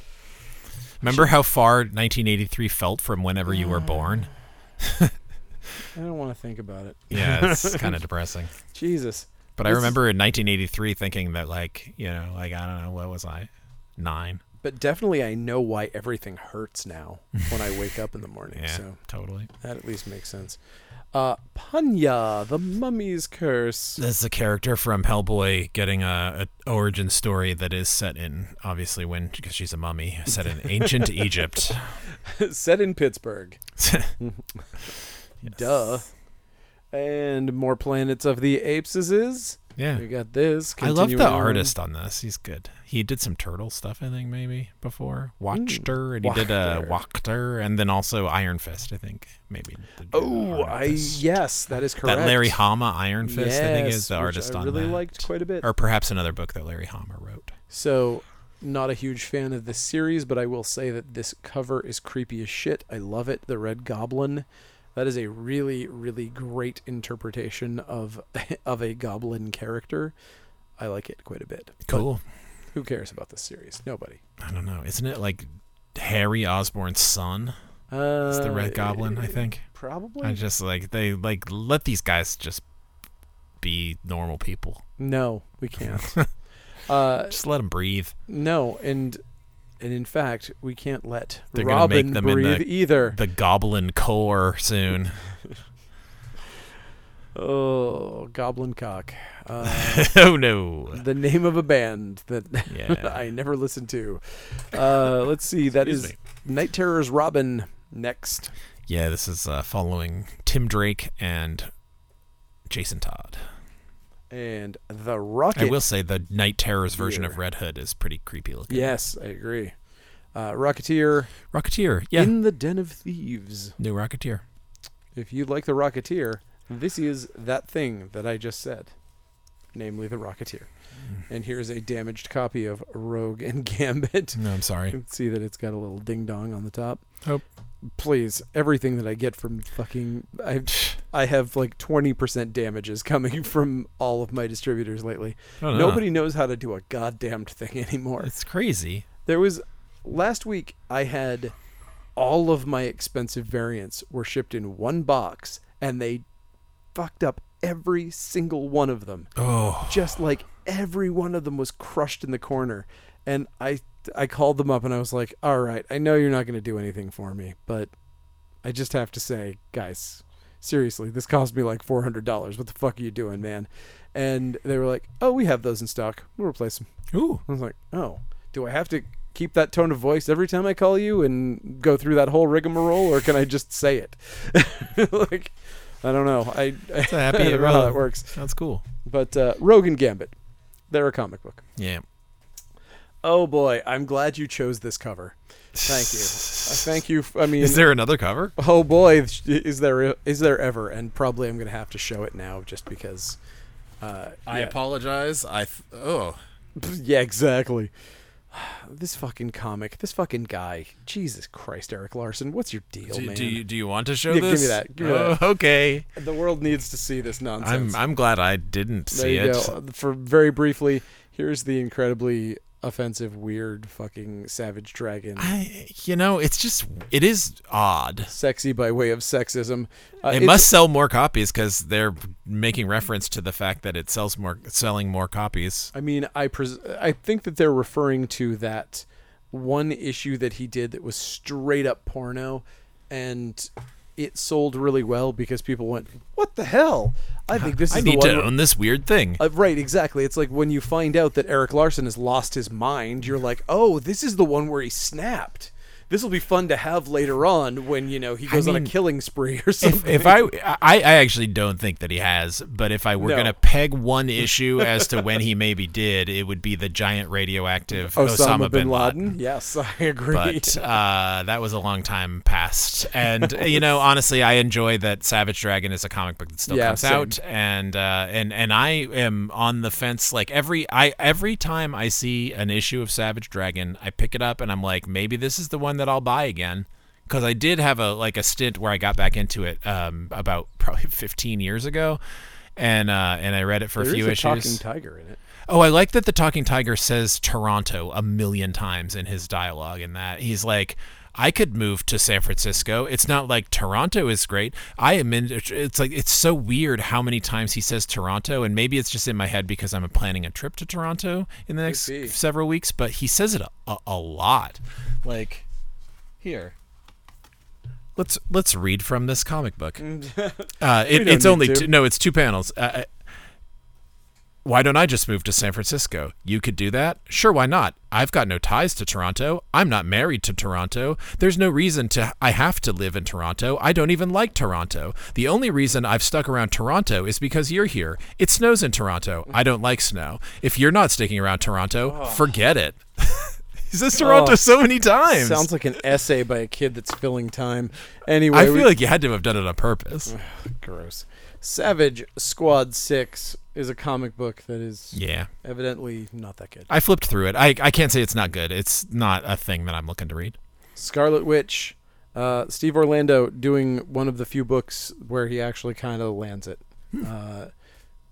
Speaker 2: Remember how far 1983 felt from whenever you were born?
Speaker 1: I don't want to think about it.
Speaker 2: Yeah, it's kind of depressing.
Speaker 1: Jesus.
Speaker 2: But I
Speaker 1: This is-
Speaker 2: remember in 1983 thinking that, like, you know, like, I don't know, what was I? Nine.
Speaker 1: But definitely, I know why everything hurts now when I wake up in the morning.
Speaker 2: Yeah,
Speaker 1: So
Speaker 2: totally.
Speaker 1: that at least makes sense. Uh, Panya, the mummy's curse.
Speaker 2: This is a character from Hellboy getting a, a origin story that is set in, obviously, when, because she's a mummy, set in ancient Egypt.
Speaker 1: set in Pittsburgh.
Speaker 2: Yes.
Speaker 1: Duh. And more planets of the apes is- is.
Speaker 2: Yeah.
Speaker 1: We got this.
Speaker 2: I love the
Speaker 1: continuing on.
Speaker 2: artist on this. He's good. He did some turtle stuff, I think, maybe before Watched her, and he did a
Speaker 1: Wachter.
Speaker 2: Walked her, and then also Iron Fist, I think, maybe. did the
Speaker 1: Oh,
Speaker 2: Iron
Speaker 1: I
Speaker 2: Fist.
Speaker 1: yes, that is correct.
Speaker 2: that Larry Hama Iron Fist,
Speaker 1: yes,
Speaker 2: I think, is the
Speaker 1: which
Speaker 2: artist
Speaker 1: I
Speaker 2: on
Speaker 1: really
Speaker 2: that.
Speaker 1: liked quite a bit.
Speaker 2: or perhaps another book that Larry Hama wrote.
Speaker 1: So, not a huge fan of this series, but I will say that this cover is creepy as shit. I love it. The Red Goblin. That is a really, really great interpretation of of a goblin character. I like it quite a bit. But
Speaker 2: Cool.
Speaker 1: who cares about this series? Nobody.
Speaker 2: I don't know. Isn't it like Harry Osborne's son?
Speaker 1: Uh,
Speaker 2: It's the Red Goblin, I think.
Speaker 1: Probably.
Speaker 2: I just like they like let these guys just be normal people.
Speaker 1: No, we can't. uh,
Speaker 2: Just let them breathe.
Speaker 1: no, and and in fact, we can't let
Speaker 2: They're gonna make
Speaker 1: Robin
Speaker 2: them in
Speaker 1: breathe
Speaker 2: the-
Speaker 1: either.
Speaker 2: The Goblin Core soon.
Speaker 1: Oh, Goblin cock. Uh,
Speaker 2: oh no.
Speaker 1: the name of a band that
Speaker 2: Yeah.
Speaker 1: I never listened to. Uh, let's see. That is
Speaker 2: Excuse
Speaker 1: Night Terror's Robin next.
Speaker 2: Yeah, this is uh, following Tim Drake and Jason Todd.
Speaker 1: And The Rocket.
Speaker 2: I will say the Night Terrors version of
Speaker 1: Here.
Speaker 2: Red Hood is pretty creepy looking.
Speaker 1: Yes, I agree. Uh, Rocketeer
Speaker 2: Rocketeer. Yeah.
Speaker 1: in the Den of Thieves.
Speaker 2: New Rocketeer.
Speaker 1: If you like The Rocketeer, this is that thing that I just said, namely The Rocketeer.
Speaker 2: Mm.
Speaker 1: And here's a damaged copy of Rogue and Gambit.
Speaker 2: No, I'm sorry.
Speaker 1: You can see that it's got a little ding dong on the top.
Speaker 2: Oh.
Speaker 1: Please, everything that I get from fucking I I have like 20% damages coming from all of my distributors lately.
Speaker 2: I don't know.
Speaker 1: Nobody knows how to do a goddamned thing anymore.
Speaker 2: It's crazy.
Speaker 1: There was last week I had all of my expensive variants were shipped in one box and they fucked up every single one of them
Speaker 2: Oh,
Speaker 1: just like every one of them was crushed in the corner and i i called them up and i was like all right i know you're not going to do anything for me but i just have to say guys seriously this cost me like $400 what the fuck are you doing man and they were like oh we have those in stock we'll replace them
Speaker 2: ooh,
Speaker 1: i was like oh do i have to keep that tone of voice every time i call you and go through that whole rigmarole or can i just say it like i don't know i, I
Speaker 2: a happy
Speaker 1: I don't know how
Speaker 2: roll.
Speaker 1: that works
Speaker 2: that's cool.
Speaker 1: but uh, Rogue and Gambit, they're a comic book.
Speaker 2: Yeah.
Speaker 1: Oh boy, I'm glad you chose this cover. Thank you. I thank you. f I I mean,
Speaker 2: Is there another cover?
Speaker 1: oh boy, is there is there ever? And probably I'm gonna have to show it now just because. Uh, yeah.
Speaker 2: apologize. I th- oh,
Speaker 1: yeah, exactly. This fucking comic, this fucking guy. Jesus Christ, Eric Larson, what's your deal,
Speaker 2: do,
Speaker 1: man?
Speaker 2: do you do you want to show
Speaker 1: Yeah, give me
Speaker 2: this?
Speaker 1: that, give me that.
Speaker 2: Oh, okay.
Speaker 1: The world needs to see this nonsense.
Speaker 2: I'm I'm glad I didn't
Speaker 1: There
Speaker 2: see
Speaker 1: you
Speaker 2: it.
Speaker 1: go. Uh, For very briefly, here's the incredibly offensive, weird, fucking savage dragon.
Speaker 2: I you know it's just it is odd.
Speaker 1: Sexy by way of sexism. Uh,
Speaker 2: It
Speaker 1: it's-
Speaker 2: must sell more copies because they're making reference to the fact that it sells more, selling more copies.
Speaker 1: I mean, I pres- I think that they're referring to that one issue that he did that was straight up porno, and it sold really well because people went, "What the hell? I think this is
Speaker 2: I
Speaker 1: the
Speaker 2: need
Speaker 1: one."
Speaker 2: to
Speaker 1: where-
Speaker 2: own this weird thing.
Speaker 1: Uh, right, exactly. It's like when you find out that Eric Larson has lost his mind, you're like, oh, this is the one where he snapped. This will be fun to have later on when, you know, he goes on a
Speaker 2: mean,
Speaker 1: killing spree or something.
Speaker 2: if I, I I actually don't think that he has, but if I were
Speaker 1: No.
Speaker 2: gonna peg one issue as to when he maybe did, it would be the giant radioactive Osama, bin Laden.
Speaker 1: Yes, I agree.
Speaker 2: But uh, that was a long time past, and you know, honestly, I enjoy that Savage Dragon is a comic book that still
Speaker 1: Yeah,
Speaker 2: comes
Speaker 1: same.
Speaker 2: out, and uh, and and I am on the fence. Like every I every time I see an issue of Savage Dragon, I pick it up and I'm like, maybe this is the one that that I'll buy again because I did have a like a stint where I got back into it um, about probably 15 years ago, and uh, and I read it for
Speaker 1: There
Speaker 2: a
Speaker 1: is
Speaker 2: few
Speaker 1: a talking
Speaker 2: issues.
Speaker 1: tiger in it.
Speaker 2: Oh, I like that the talking tiger says Toronto a million times in his dialogue in that. He's like I could move to San Francisco. It's not like Toronto is great. I am in it's like it's so weird how many times he says Toronto and maybe it's just in my head because I'm planning a trip to Toronto in the next
Speaker 1: be.
Speaker 2: several weeks, but he says it a, a, a lot. Like here. Let's let's read from this comic book. Uh, it,
Speaker 1: don't
Speaker 2: it's
Speaker 1: need
Speaker 2: only
Speaker 1: to.
Speaker 2: two, no, it's two panels. Uh, uh, why don't I just move to San Francisco? You could do that? Sure, why not? I've got no ties to Toronto. I'm not married to Toronto. There's no reason to I have to live in Toronto. I don't even like Toronto. The only reason I've stuck around Toronto is because you're here. It snows in Toronto. I don't like snow. If you're not sticking around Toronto, forget it. He says Toronto
Speaker 1: Oh.
Speaker 2: so many times.
Speaker 1: Sounds like an essay by a kid that's filling time. Anyway,
Speaker 2: I feel
Speaker 1: we-
Speaker 2: like you had to have done it on purpose.
Speaker 1: gross. Savage Squad Six is a comic book that is
Speaker 2: Yeah.
Speaker 1: evidently not that good.
Speaker 2: I flipped through it. I, I can't say it's not good. It's not a thing that I'm looking to read.
Speaker 1: Scarlet Witch, uh, Steve Orlando doing one of the few books where he actually kind of lands it.
Speaker 2: Hmm.
Speaker 1: Uh,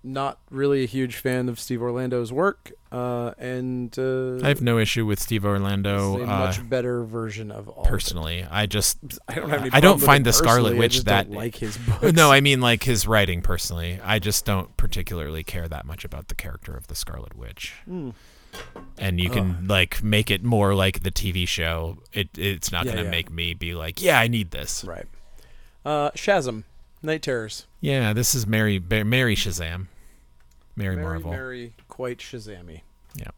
Speaker 1: not really a huge fan of Steve Orlando's work, uh, and uh,
Speaker 2: I have no issue with Steve
Speaker 1: it's
Speaker 2: Orlando
Speaker 1: a
Speaker 2: uh,
Speaker 1: much better version of all. of it.
Speaker 2: personally. I just
Speaker 1: I don't have any.
Speaker 2: I
Speaker 1: problem
Speaker 2: don't
Speaker 1: with
Speaker 2: find
Speaker 1: it
Speaker 2: the Scarlet
Speaker 1: personally, I
Speaker 2: Witch
Speaker 1: just
Speaker 2: that
Speaker 1: don't like his books.
Speaker 2: no, I mean like his writing personally. I just don't particularly care that much about the character of the Scarlet Witch.
Speaker 1: Hmm.
Speaker 2: And you can like make it more like the TV show. It it's not
Speaker 1: Yeah,
Speaker 2: going to
Speaker 1: yeah.
Speaker 2: make me be like, yeah, I need this.
Speaker 1: right. Uh, Shazam, Night Terrors.
Speaker 2: Yeah, this is Mary Ba- Mary Shazam, Mary,
Speaker 1: Very,
Speaker 2: Marvel.
Speaker 1: very quite Shazammy.
Speaker 2: Yeah.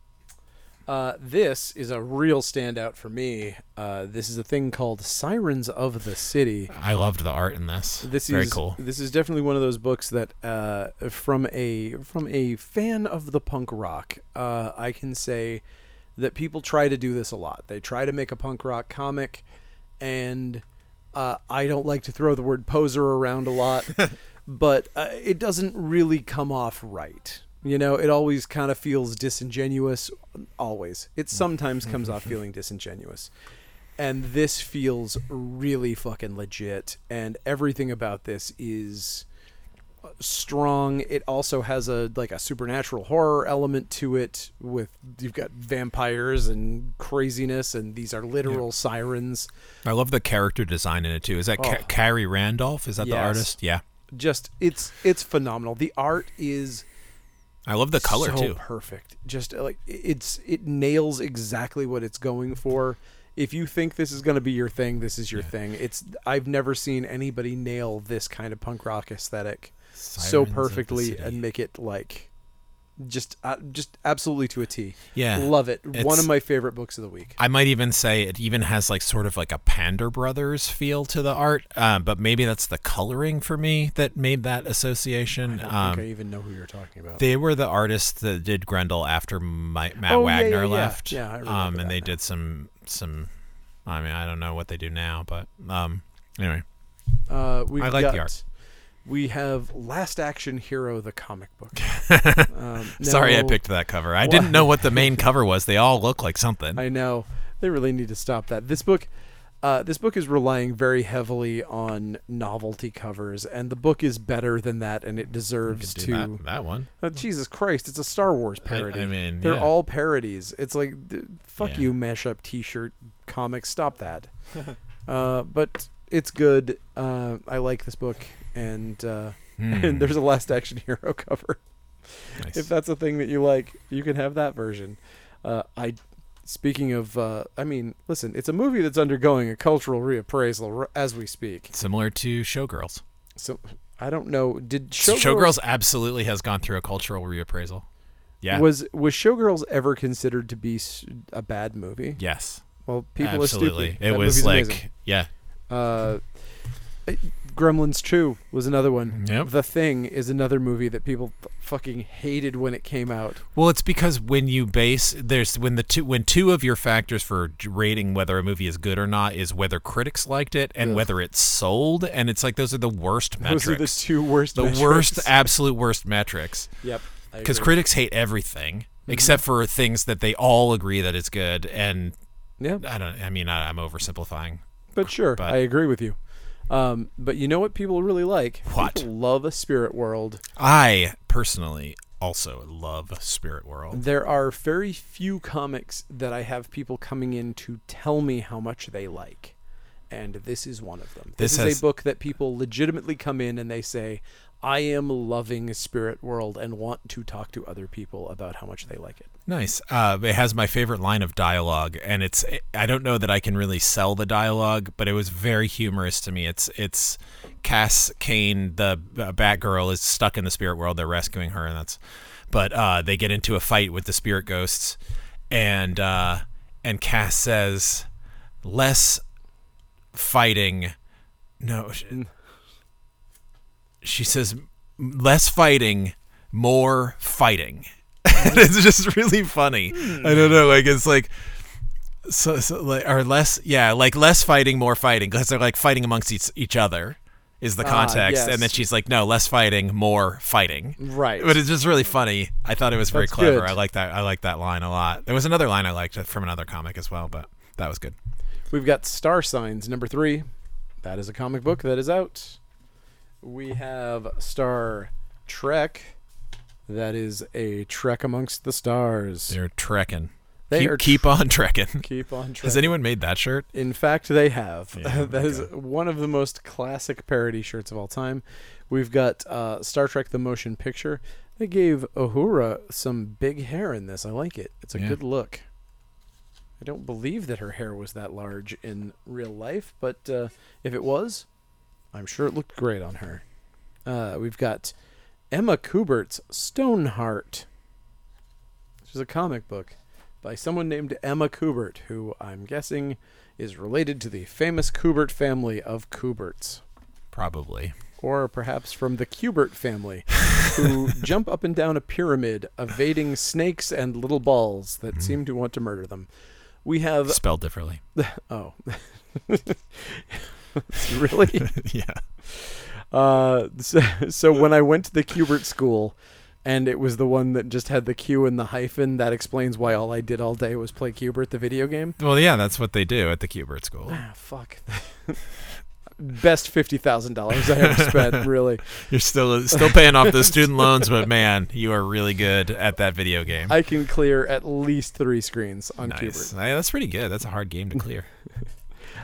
Speaker 1: Uh, this is a real standout for me. Uh, this is a thing called Sirens of the City.
Speaker 2: I loved the art in this.
Speaker 1: This
Speaker 2: very
Speaker 1: is
Speaker 2: cool.
Speaker 1: This is definitely one of those books that, uh, from a from a fan of the punk rock, uh, I can say that people try to do this a lot. They try to make a punk rock comic, and uh, I don't like to throw the word poser around a lot, but uh, it doesn't really come off right. You know, it always kind of feels disingenuous. Always, it sometimes comes off feeling disingenuous and this feels really fucking legit and everything about this is uh, strong it also has a like a supernatural horror element to it with you've got vampires and craziness and these are literal sirens
Speaker 2: I love the character design in it too. Is that Ca- Carrie Randolph? Is that the
Speaker 1: Oh. Yes.
Speaker 2: artist? Yeah.
Speaker 1: just it's it's phenomenal the art is
Speaker 2: I love the color
Speaker 1: so
Speaker 2: too.
Speaker 1: perfect just uh, like i- it's it nails exactly what it's going for if you think this is going to be your thing this is your thing it's i've never seen anybody nail this kind of punk rock aesthetic so
Speaker 2: Sirens of the
Speaker 1: perfectly
Speaker 2: city.
Speaker 1: and make it like just uh, just absolutely to a t
Speaker 2: Yeah,
Speaker 1: love it one
Speaker 2: it's-
Speaker 1: of my favorite books of the week
Speaker 2: I might even say it even has like sort of like a Pander Brothers feel to the art, um, but maybe that's the coloring for me that made that association.
Speaker 1: i
Speaker 2: Um,
Speaker 1: think i even know who you're talking about
Speaker 2: they were the artists that did Grendel after my, Matt
Speaker 1: Oh, yeah,
Speaker 2: Wagner
Speaker 1: yeah, yeah.
Speaker 2: left.
Speaker 1: Yeah, I remember
Speaker 2: um,
Speaker 1: that
Speaker 2: and they
Speaker 1: now.
Speaker 2: did some some. I mean, I don't know what they do now, but um, anyway,
Speaker 1: Uh, we've
Speaker 2: I like the
Speaker 1: got-
Speaker 2: art.
Speaker 1: We have Last Action Hero, the comic book. um,
Speaker 2: sorry I
Speaker 1: now-
Speaker 2: picked that cover. I didn't know what the main cover was. They all look like something.
Speaker 1: I know they really need to stop that. This book, uh, this book is relying very heavily on novelty covers, and the book is better than that, and it deserves
Speaker 2: do
Speaker 1: to.
Speaker 2: that, that one.
Speaker 1: Oh, Jesus Christ! It's a Star Wars parody.
Speaker 2: mean,
Speaker 1: they're
Speaker 2: yeah.
Speaker 1: all parodies. It's like, th- fuck
Speaker 2: Yeah.
Speaker 1: you, mashup T-shirt comics. Stop that. uh, but it's good. Uh, I like this book, and uh,
Speaker 2: Hmm.
Speaker 1: and there's a Last Action Hero cover
Speaker 2: Nice.
Speaker 1: if that's a thing that you like, you can have that version. Uh, I, speaking of, uh, I mean, listen, it's a movie that's undergoing a cultural reappraisal r- as we speak.
Speaker 2: similar to Showgirls.
Speaker 1: So I don't know. Did
Speaker 2: Showgirls,
Speaker 1: Showgirls,
Speaker 2: absolutely has gone through a cultural reappraisal. Yeah.
Speaker 1: was was Showgirls ever considered to be s- a bad movie?
Speaker 2: yes.
Speaker 1: Well, people
Speaker 2: absolutely.
Speaker 1: are stupid.
Speaker 2: It
Speaker 1: That
Speaker 2: was
Speaker 1: movie's
Speaker 2: like
Speaker 1: amazing.
Speaker 2: yeah.
Speaker 1: Uh, Gremlins 2 was another one.
Speaker 2: Yep.
Speaker 1: The Thing is another movie that people f- fucking hated when it came out.
Speaker 2: Well, it's because when you base there's when the two when two of your factors for j- rating whether a movie is good or not is whether critics liked it and
Speaker 1: Ugh.
Speaker 2: whether it sold and it's like those are the worst metrics.
Speaker 1: Those are the two worst.
Speaker 2: The
Speaker 1: metrics.
Speaker 2: worst absolute worst metrics.
Speaker 1: Yep. I
Speaker 2: Cuz
Speaker 1: agree. Mm-hmm.
Speaker 2: critics hate everything except for things that they all agree that it's good and
Speaker 1: Yeah.
Speaker 2: I don't. I mean, I, I'm oversimplifying.
Speaker 1: But sure,
Speaker 2: But-
Speaker 1: I agree with you. Um, but you know what people really like?
Speaker 2: What?
Speaker 1: People love a spirit world.
Speaker 2: I personally also love Spirit World.
Speaker 1: There are very few comics that I have people coming in to tell me how much they like. And this is one of them. This,
Speaker 2: This
Speaker 1: is
Speaker 2: has-
Speaker 1: a book that people legitimately come in and they say, I am loving Spirit World and want to talk to other people about how much they like it.
Speaker 2: Nice. Uh, it has my favorite line of dialogue, and it's. I don't know that I can really sell the dialogue, but it was very humorous to me. It's it's Cass Kane, the uh, Batgirl, is stuck in the spirit world. They're rescuing her, and that's. But uh, they get into a fight with the spirit ghosts, and uh, and Cass says, "Less fighting." No, sh-
Speaker 1: Mm.
Speaker 2: she says less fighting, more fighting.
Speaker 1: Mm.
Speaker 2: and it's just really funny. I
Speaker 1: Hmm.
Speaker 2: don't know. Like it's like so, so like or less yeah like less fighting, more fighting because they're like fighting amongst each, each other is the context,
Speaker 1: Ah, yes.
Speaker 2: and then she's like no less fighting, more fighting.
Speaker 1: Right.
Speaker 2: But it's just really funny. I thought it was very
Speaker 1: That's
Speaker 2: clever.
Speaker 1: good.
Speaker 2: I like that. I like that line a lot. There was another line I liked from another comic as well, but that was good.
Speaker 1: We've got Star Signs number three. That is a comic book that is out. We have Star Trek. That is a trek amongst the stars.
Speaker 2: They're trekking.
Speaker 1: They
Speaker 2: keep,
Speaker 1: are
Speaker 2: keep on trekking.
Speaker 1: Keep on
Speaker 2: Has
Speaker 1: trek.
Speaker 2: anyone made that shirt?
Speaker 1: In fact, they have.
Speaker 2: Yeah,
Speaker 1: that is one of the most classic parody shirts of all time. We've got uh, Star Trek: The Motion Picture. They gave Uhura some big hair in this. I like it. It's a
Speaker 2: Yeah.
Speaker 1: good look. I don't believe that her hair was that large in real life, but uh, if it was, I'm sure it looked great on her. Uh, we've got Emma Kubert's Stoneheart, which is a comic book by someone named Emma Kubert, who I'm guessing is related to the famous Kubert family of Kuberts,
Speaker 2: Probably.
Speaker 1: or perhaps from the Kubert family, who jump up and down a pyramid, evading snakes and little balls that seem to want to murder them. We have
Speaker 2: Spelled differently.
Speaker 1: oh, really.
Speaker 2: yeah.
Speaker 1: Uh, so, so when I went to the Cubert school, and it was the one that just had the Q and the hyphen, that explains why all I did all day was play Cubert, the video game.
Speaker 2: Well, yeah, that's what they do at the Cubert School.
Speaker 1: Ah, fuck. Best fifty thousand dollars I ever spent, really.
Speaker 2: You're still still paying off those student loans, but man, you are really good at that video game.
Speaker 1: I can clear at least three screens on
Speaker 2: nice.
Speaker 1: Cubert.
Speaker 2: Hey, that's pretty good. That's a hard game to clear.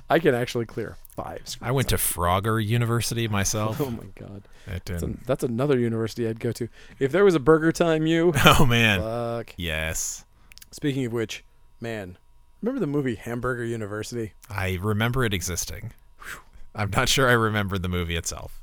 Speaker 1: I can actually clear five screens.
Speaker 2: I went to Frogger University myself.
Speaker 1: Oh my god,
Speaker 2: It
Speaker 1: that's,
Speaker 2: didn't-
Speaker 1: an- that's another university I'd go to if there was a Burger Time U.
Speaker 2: oh man.
Speaker 1: fuck.
Speaker 2: Yes.
Speaker 1: Speaking of which, man, remember the movie Hamburger University?
Speaker 2: I remember it existing. Whew. I'm not sure I remember the movie itself.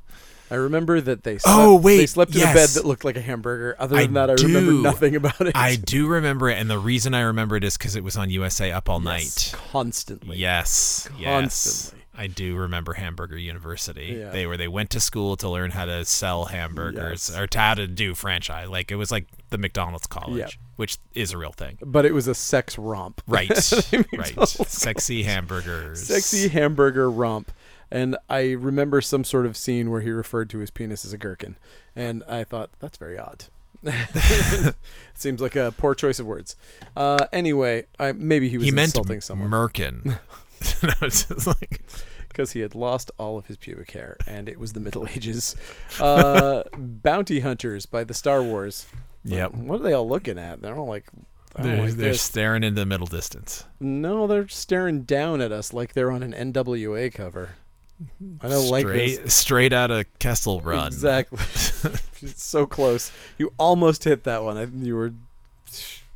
Speaker 1: I remember that they slept,
Speaker 2: Oh,
Speaker 1: they
Speaker 2: wait,
Speaker 1: slept in a bed
Speaker 2: yes.
Speaker 1: that looked like a hamburger. Other
Speaker 2: I
Speaker 1: than that, I remember
Speaker 2: do.
Speaker 1: nothing about it.
Speaker 2: I do remember it, and the reason I remember it is because it was on USA Up All
Speaker 1: Yes,
Speaker 2: Night.
Speaker 1: constantly.
Speaker 2: Yes. Yes.
Speaker 1: Constantly.
Speaker 2: I do remember Hamburger University.
Speaker 1: Yeah.
Speaker 2: They were they went to school to learn how to sell hamburgers
Speaker 1: Yes.
Speaker 2: or to how to do franchise. Like it was like the McDonald's college,
Speaker 1: Yep.
Speaker 2: which is a real thing.
Speaker 1: But it was a sex romp.
Speaker 2: Right. right.
Speaker 1: McDonald's
Speaker 2: Sexy hamburgers.
Speaker 1: Sexy hamburger romp. And I remember some sort of scene where he referred to his penis as a gherkin. And I thought, that's very odd. Seems like a poor choice of words. Uh, anyway, I, maybe he was
Speaker 2: He meant
Speaker 1: insulting someone
Speaker 2: merkin. And I was just like,
Speaker 1: because he had lost all of his pubic hair, and it was the Middle Ages. Uh, Bounty Hunters by the Star Wars.
Speaker 2: Yep.
Speaker 1: What are they all looking at? They're all like, I don't
Speaker 2: they're,
Speaker 1: like
Speaker 2: they're
Speaker 1: this.
Speaker 2: staring into the middle distance.
Speaker 1: no, they're staring down at us like they're on an NWA cover. I don't like
Speaker 2: straight,
Speaker 1: this.
Speaker 2: straight out of Kessel Run.
Speaker 1: Exactly. It's so close. You almost hit that one. I, you were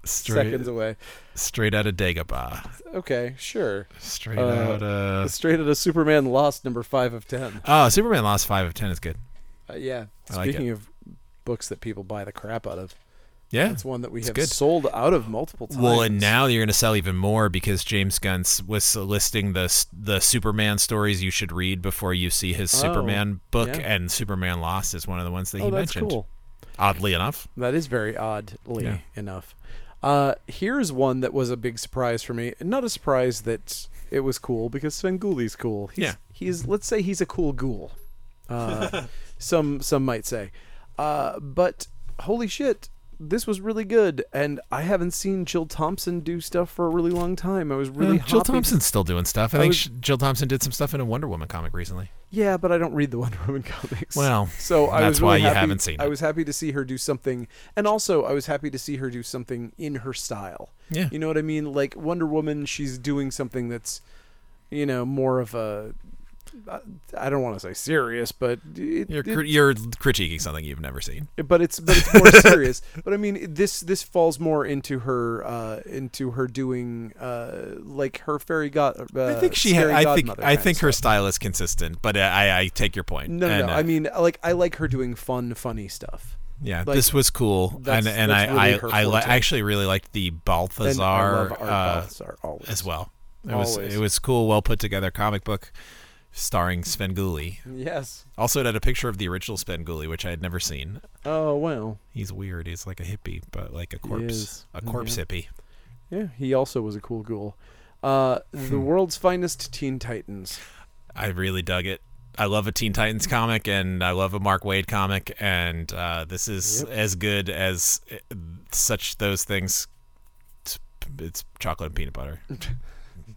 Speaker 2: Straight,
Speaker 1: seconds away.
Speaker 2: straight out of Dagobah.
Speaker 1: Okay, sure.
Speaker 2: Straight
Speaker 1: Uh,
Speaker 2: out of.
Speaker 1: Straight out of Superman Lost, number five of ten.
Speaker 2: Oh, Superman lost five of ten. Is good.
Speaker 1: Uh, yeah.
Speaker 2: I like it.
Speaker 1: Speaking of books that people buy the crap out of,
Speaker 2: Yeah.
Speaker 1: That's one that we have
Speaker 2: good.
Speaker 1: sold out of multiple times.
Speaker 2: Well, and now you're going to sell even more because James Gunn was listing the s- the Superman stories you should read before you see his
Speaker 1: Oh,
Speaker 2: Superman book,
Speaker 1: yeah.
Speaker 2: and Superman Lost is one of the ones that
Speaker 1: oh,
Speaker 2: he
Speaker 1: that's
Speaker 2: mentioned.
Speaker 1: cool.
Speaker 2: Oddly enough,
Speaker 1: That is very oddly
Speaker 2: Yeah.
Speaker 1: enough. Uh, here's one that was a big surprise for me. Not a surprise that it was cool because Sven Gulli's cool. He's,
Speaker 2: Yeah.
Speaker 1: He's let's say he's a cool ghoul. Uh, some some might say, uh, but holy shit, this was really good, and I haven't seen Jill Thompson do stuff for a really long time. I was really
Speaker 2: Jill
Speaker 1: happy-
Speaker 2: Thompson's still doing stuff. I,
Speaker 1: I
Speaker 2: think
Speaker 1: was-
Speaker 2: sh Jill Thompson did some stuff in a Wonder Woman comic recently.
Speaker 1: Yeah, but I don't read the Wonder Woman comics.
Speaker 2: Well,
Speaker 1: so I was
Speaker 2: that's
Speaker 1: really
Speaker 2: why you
Speaker 1: happy-
Speaker 2: haven't seen
Speaker 1: I
Speaker 2: it.
Speaker 1: was happy to see her do something, and also I was happy to see her do something in her style.
Speaker 2: Yeah.
Speaker 1: You know what I mean? Like Wonder Woman, she's doing something that's, you know, more of a. I- I don't want to say serious, but it,
Speaker 2: You're
Speaker 1: it-
Speaker 2: cri- you're critiquing something you've never seen.
Speaker 1: but it's but it's more serious. But I mean, this this falls more into her uh, into her doing uh, like her fairy god. Uh,
Speaker 2: I think she. Ha-
Speaker 1: scary
Speaker 2: I think.
Speaker 1: godmother
Speaker 2: I
Speaker 1: kind of
Speaker 2: think
Speaker 1: stuff.
Speaker 2: her style is consistent, but uh, I, I take your point.
Speaker 1: No, no,
Speaker 2: And,
Speaker 1: no.
Speaker 2: uh,
Speaker 1: I mean, like I like her doing fun, funny stuff.
Speaker 2: yeah,
Speaker 1: like,
Speaker 2: this was cool,
Speaker 1: that's-
Speaker 2: and and
Speaker 1: that's
Speaker 2: I
Speaker 1: really her
Speaker 2: I, I li-
Speaker 1: forte.
Speaker 2: actually really liked the
Speaker 1: And
Speaker 2: Balthazar
Speaker 1: I love Art
Speaker 2: uh,
Speaker 1: Balthazar always.
Speaker 2: as well. It was
Speaker 1: Always.
Speaker 2: it was cool, well put together comic book, starring Sven Gulli.
Speaker 1: Yes.
Speaker 2: Also, it had a picture of the original Sven Gulli, which I had never seen.
Speaker 1: Oh well.
Speaker 2: He's weird. He's like a hippie, but like a corpse,
Speaker 1: is.
Speaker 2: a corpse
Speaker 1: Yeah.
Speaker 2: hippie.
Speaker 1: Yeah, he also was a cool ghoul. Uh, the world's finest Teen Titans.
Speaker 2: I really dug it. I love a Teen Titans comic, and I love a Mark Wade comic, and uh, this is as good as uh, such those things. It's, it's chocolate and peanut butter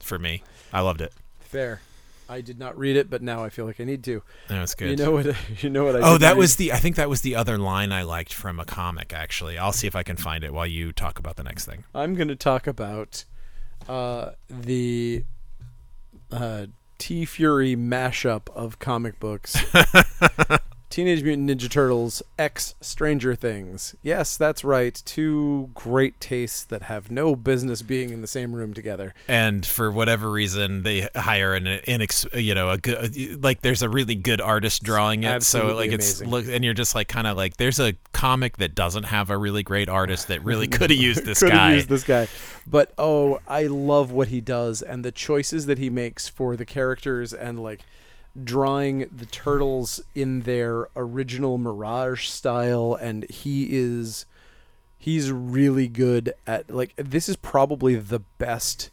Speaker 2: for me. I loved it.
Speaker 1: Fair. I did not read it, but now I feel like I need to.
Speaker 2: That was good.
Speaker 1: You know what? You know what? I
Speaker 2: oh,
Speaker 1: did
Speaker 2: that
Speaker 1: read?
Speaker 2: was the. I think that was the other line I liked from a comic. Actually, I'll see if I can find it while you talk about the next thing.
Speaker 1: I'm going to talk about uh, the uh, T Fury mashup of comic books. Teenage Mutant Ninja Turtles X Stranger Things. Yes, that's right. Two great tastes that have no business being in the same room together.
Speaker 2: and for whatever reason they hire an inex you know a good like there's a really good artist drawing it so
Speaker 1: Absolutely
Speaker 2: like it's
Speaker 1: amazing.
Speaker 2: look and you're just like kind of like there's a comic that doesn't have a really great artist that really could have used this
Speaker 1: Could
Speaker 2: guy
Speaker 1: have used this guy, but oh, I love what he does and the choices that he makes for the characters and like drawing the turtles in their original Mirage style. And he is he's really good at like this is probably the best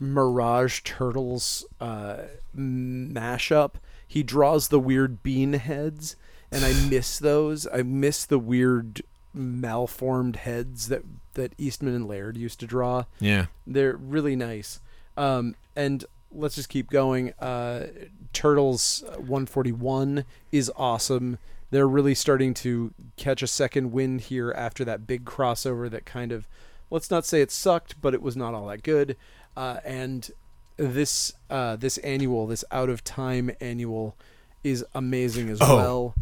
Speaker 1: Mirage Turtles uh, mashup. He draws the weird bean heads, and I miss those. I miss the weird malformed heads that that Eastman and Laird used to draw.
Speaker 2: yeah
Speaker 1: They're really nice. Um, and let's just keep going. Uh, Turtles 141 is awesome. They're really starting to catch a second wind here after that big crossover that kind of, let's not say it sucked, but it was not all that good. Uh, and this uh, this annual, this out of time annual, is amazing as
Speaker 2: Oh.
Speaker 1: well.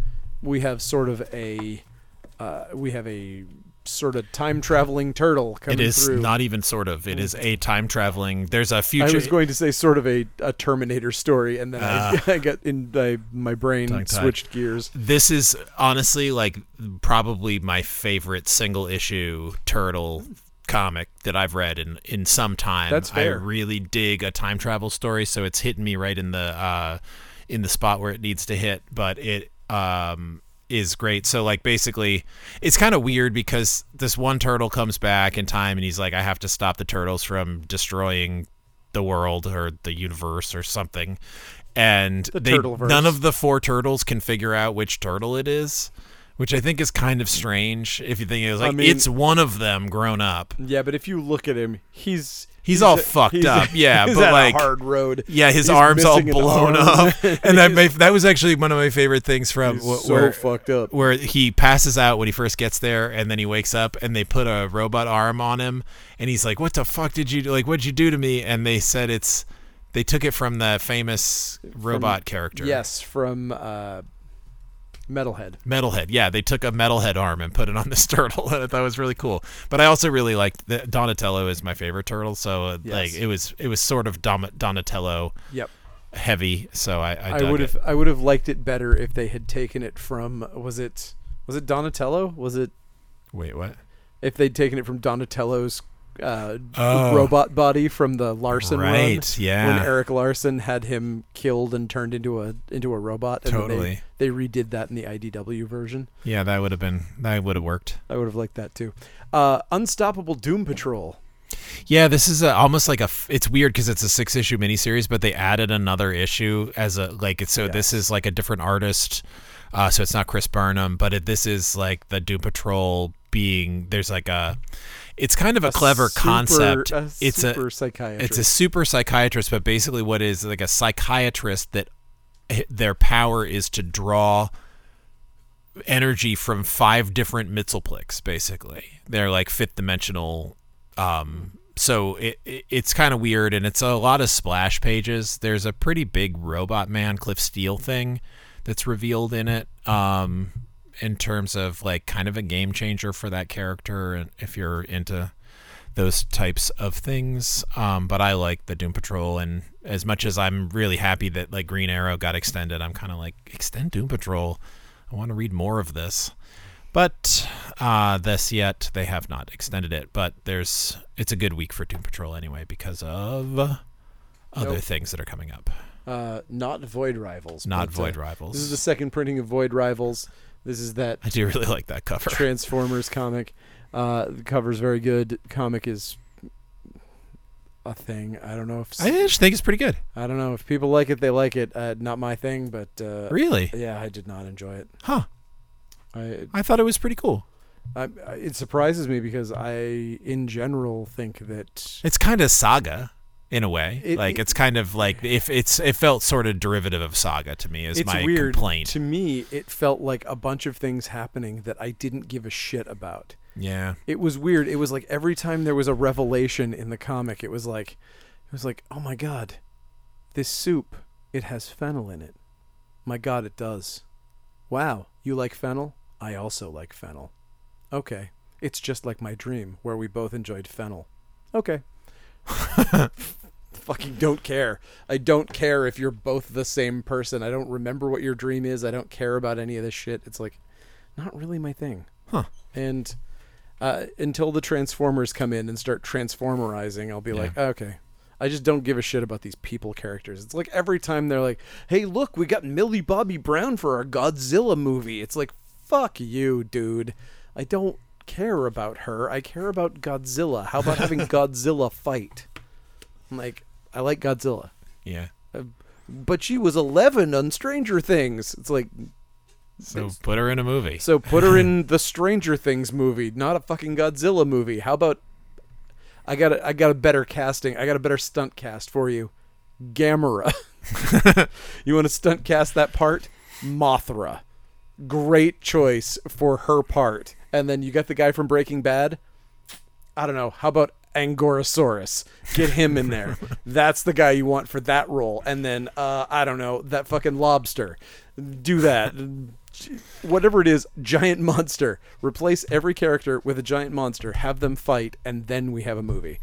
Speaker 1: We have sort of a uh, we have a sort of time traveling turtle coming
Speaker 2: it is
Speaker 1: through.
Speaker 2: not even sort of it is a time traveling there's a
Speaker 1: I
Speaker 2: future
Speaker 1: was going to say sort of a, a Terminator story, and then
Speaker 2: Ah.
Speaker 1: I, I got in I, my brain
Speaker 2: Tongue-tied.
Speaker 1: switched gears.
Speaker 2: this is honestly like probably my favorite single issue turtle comic that I've read in in some time.
Speaker 1: That's fair.
Speaker 2: I really dig a time travel story, so it's hitting me right in the uh, in the spot where it needs to hit. But it um, is great. So like basically, it's kind of weird because this one turtle comes back in time and he's like, I have to stop the turtles from destroying the world or the universe or something. And they,
Speaker 1: turtleverse.
Speaker 2: none of of the four turtles can figure out which turtle it is, which I think is kind of strange. If you think it was like
Speaker 1: mean-
Speaker 2: it's one of them grown up.
Speaker 1: Yeah, but if you look at him, he's
Speaker 2: He's all
Speaker 1: a-
Speaker 2: fucked
Speaker 1: he's a-
Speaker 2: up, yeah,
Speaker 1: he's
Speaker 2: but
Speaker 1: at
Speaker 2: like-
Speaker 1: a hard road.
Speaker 2: Yeah, his
Speaker 1: He's
Speaker 2: arms all
Speaker 1: missing an
Speaker 2: blown
Speaker 1: arm.
Speaker 2: up, and that may, that was actually one of my favorite things from
Speaker 1: He's
Speaker 2: wh-
Speaker 1: so
Speaker 2: where
Speaker 1: fucked up.
Speaker 2: where he passes out when he first gets there, and then he wakes up, and they put a robot arm on him, and he's like, "What the fuck did you do? Like, what'd you do to me?" And they said it's they took it from the famous robot character,
Speaker 1: Yes, from uh, Metalhead.
Speaker 2: Metalhead. Yeah, they took a metalhead arm and put it on this turtle, and I thought it was really cool. But I also really liked that Donatello is my favorite turtle, so uh,
Speaker 1: Yes.
Speaker 2: like it was it was sort of Dom- Donatello
Speaker 1: Yep,
Speaker 2: heavy. So I I,
Speaker 1: I,
Speaker 2: dug
Speaker 1: would
Speaker 2: it.
Speaker 1: have I would have liked it better if they had taken it from was it was it Donatello was it
Speaker 2: Wait, what?
Speaker 1: if they'd taken it from Donatello's uh,
Speaker 2: Oh.
Speaker 1: robot body from the Larson run,
Speaker 2: Right, yeah.
Speaker 1: when Eric Larson had him killed and turned into a into a robot. And then they-
Speaker 2: Totally.
Speaker 1: they, redid that in the IDW version.
Speaker 2: Yeah, that would have been that would have worked.
Speaker 1: I would have liked that too. Uh, Unstoppable Doom Patrol.
Speaker 2: Yeah, this is a, almost like a. f- It's weird because it's a six issue miniseries, but they added another issue as a like. it's- So this is like a different artist. Uh, so it's not Chris Burnham, but it, this is like the Doom Patrol being there's like a it's kind of a, clever
Speaker 1: super-
Speaker 2: concept.
Speaker 1: A
Speaker 2: it's a
Speaker 1: super psychiatrist.
Speaker 2: it's a super psychiatrist, but basically what is like a psychiatrist that h- their power is to draw energy from five different Mitzelplicks, basically. They're like fifth dimensional. Um, so it, it it's kind of weird, and it's a lot of splash pages. There's a pretty big robot man, Cliff Steele thing that's revealed in it. Um, in terms of like kind of a game changer for that character, and if you're into those types of things. Um, but I like the Doom Patrol, and as much as I'm really happy that like Green Arrow got extended, I'm kind of like extend Doom Patrol. I want to read more of this. But uh, this yet they have not extended it. But there's it's a good week for Doom Patrol anyway because of other
Speaker 1: Nope.
Speaker 2: things that are coming up.
Speaker 1: uh, not Void Rivals.
Speaker 2: Not
Speaker 1: but, uh,
Speaker 2: Void Rivals.
Speaker 1: This is the second printing of Void Rivals. This is that
Speaker 2: I do really like that cover.
Speaker 1: Transformers comic. Uh, the cover's very good. Comic is a thing. I don't know if
Speaker 2: I
Speaker 1: I,
Speaker 2: just think it's pretty good.
Speaker 1: don't know if people like it. They like it. Uh, not my thing, but uh,
Speaker 2: Really?
Speaker 1: yeah, I did not enjoy it.
Speaker 2: Huh.
Speaker 1: I,
Speaker 2: I thought it was pretty cool.
Speaker 1: I it surprises me because I, in general, think that
Speaker 2: It's kind of saga in a way.
Speaker 1: It-
Speaker 2: like
Speaker 1: it-
Speaker 2: it's kind of like if it's it felt sort of derivative of saga to me is
Speaker 1: it's
Speaker 2: my
Speaker 1: weird.
Speaker 2: complaint.
Speaker 1: To me, it felt like a bunch of things happening that I didn't give a shit about.
Speaker 2: yeah.
Speaker 1: it was weird. It was like every time there was a revelation in the comic, it was like, it was like, oh my god, this soup, it has fennel in it. My god, it does. Wow, you like fennel? I also like fennel. Okay, it's just like my dream where we both enjoyed fennel. Okay. Fucking don't care. I don't care if you're both the same person. I don't remember what your dream is. I don't care about any of this shit. It's like, not really my thing.
Speaker 2: Huh.
Speaker 1: And uh, until the Transformers come in and start transformerizing, I'll be
Speaker 2: Yeah.
Speaker 1: like, okay. I just don't give a shit about these people characters. It's like every time they're like, hey, look, we got Millie Bobby Brown for our Godzilla movie. It's like, fuck you, dude. I don't care about her. I care about Godzilla. How about having Godzilla fight? I'm like, I like Godzilla.
Speaker 2: Yeah.
Speaker 1: But she was 11 on Stranger Things. It's like,
Speaker 2: So put her in a movie.
Speaker 1: so put her in the Stranger Things movie, not a fucking Godzilla movie. How about I got a, I got a better casting. I got a better stunt cast for you. Gamera. you want to stunt cast that part? Mothra. Great choice for her part. And then you got the guy from Breaking Bad. I don't know. How about Angorosaurus? Get him in there. That's the guy you want for that role. And then uh, I don't know that fucking lobster. Do that. Whatever it is, giant monster. Replace every character with a giant monster. Have them fight, and then we have a movie.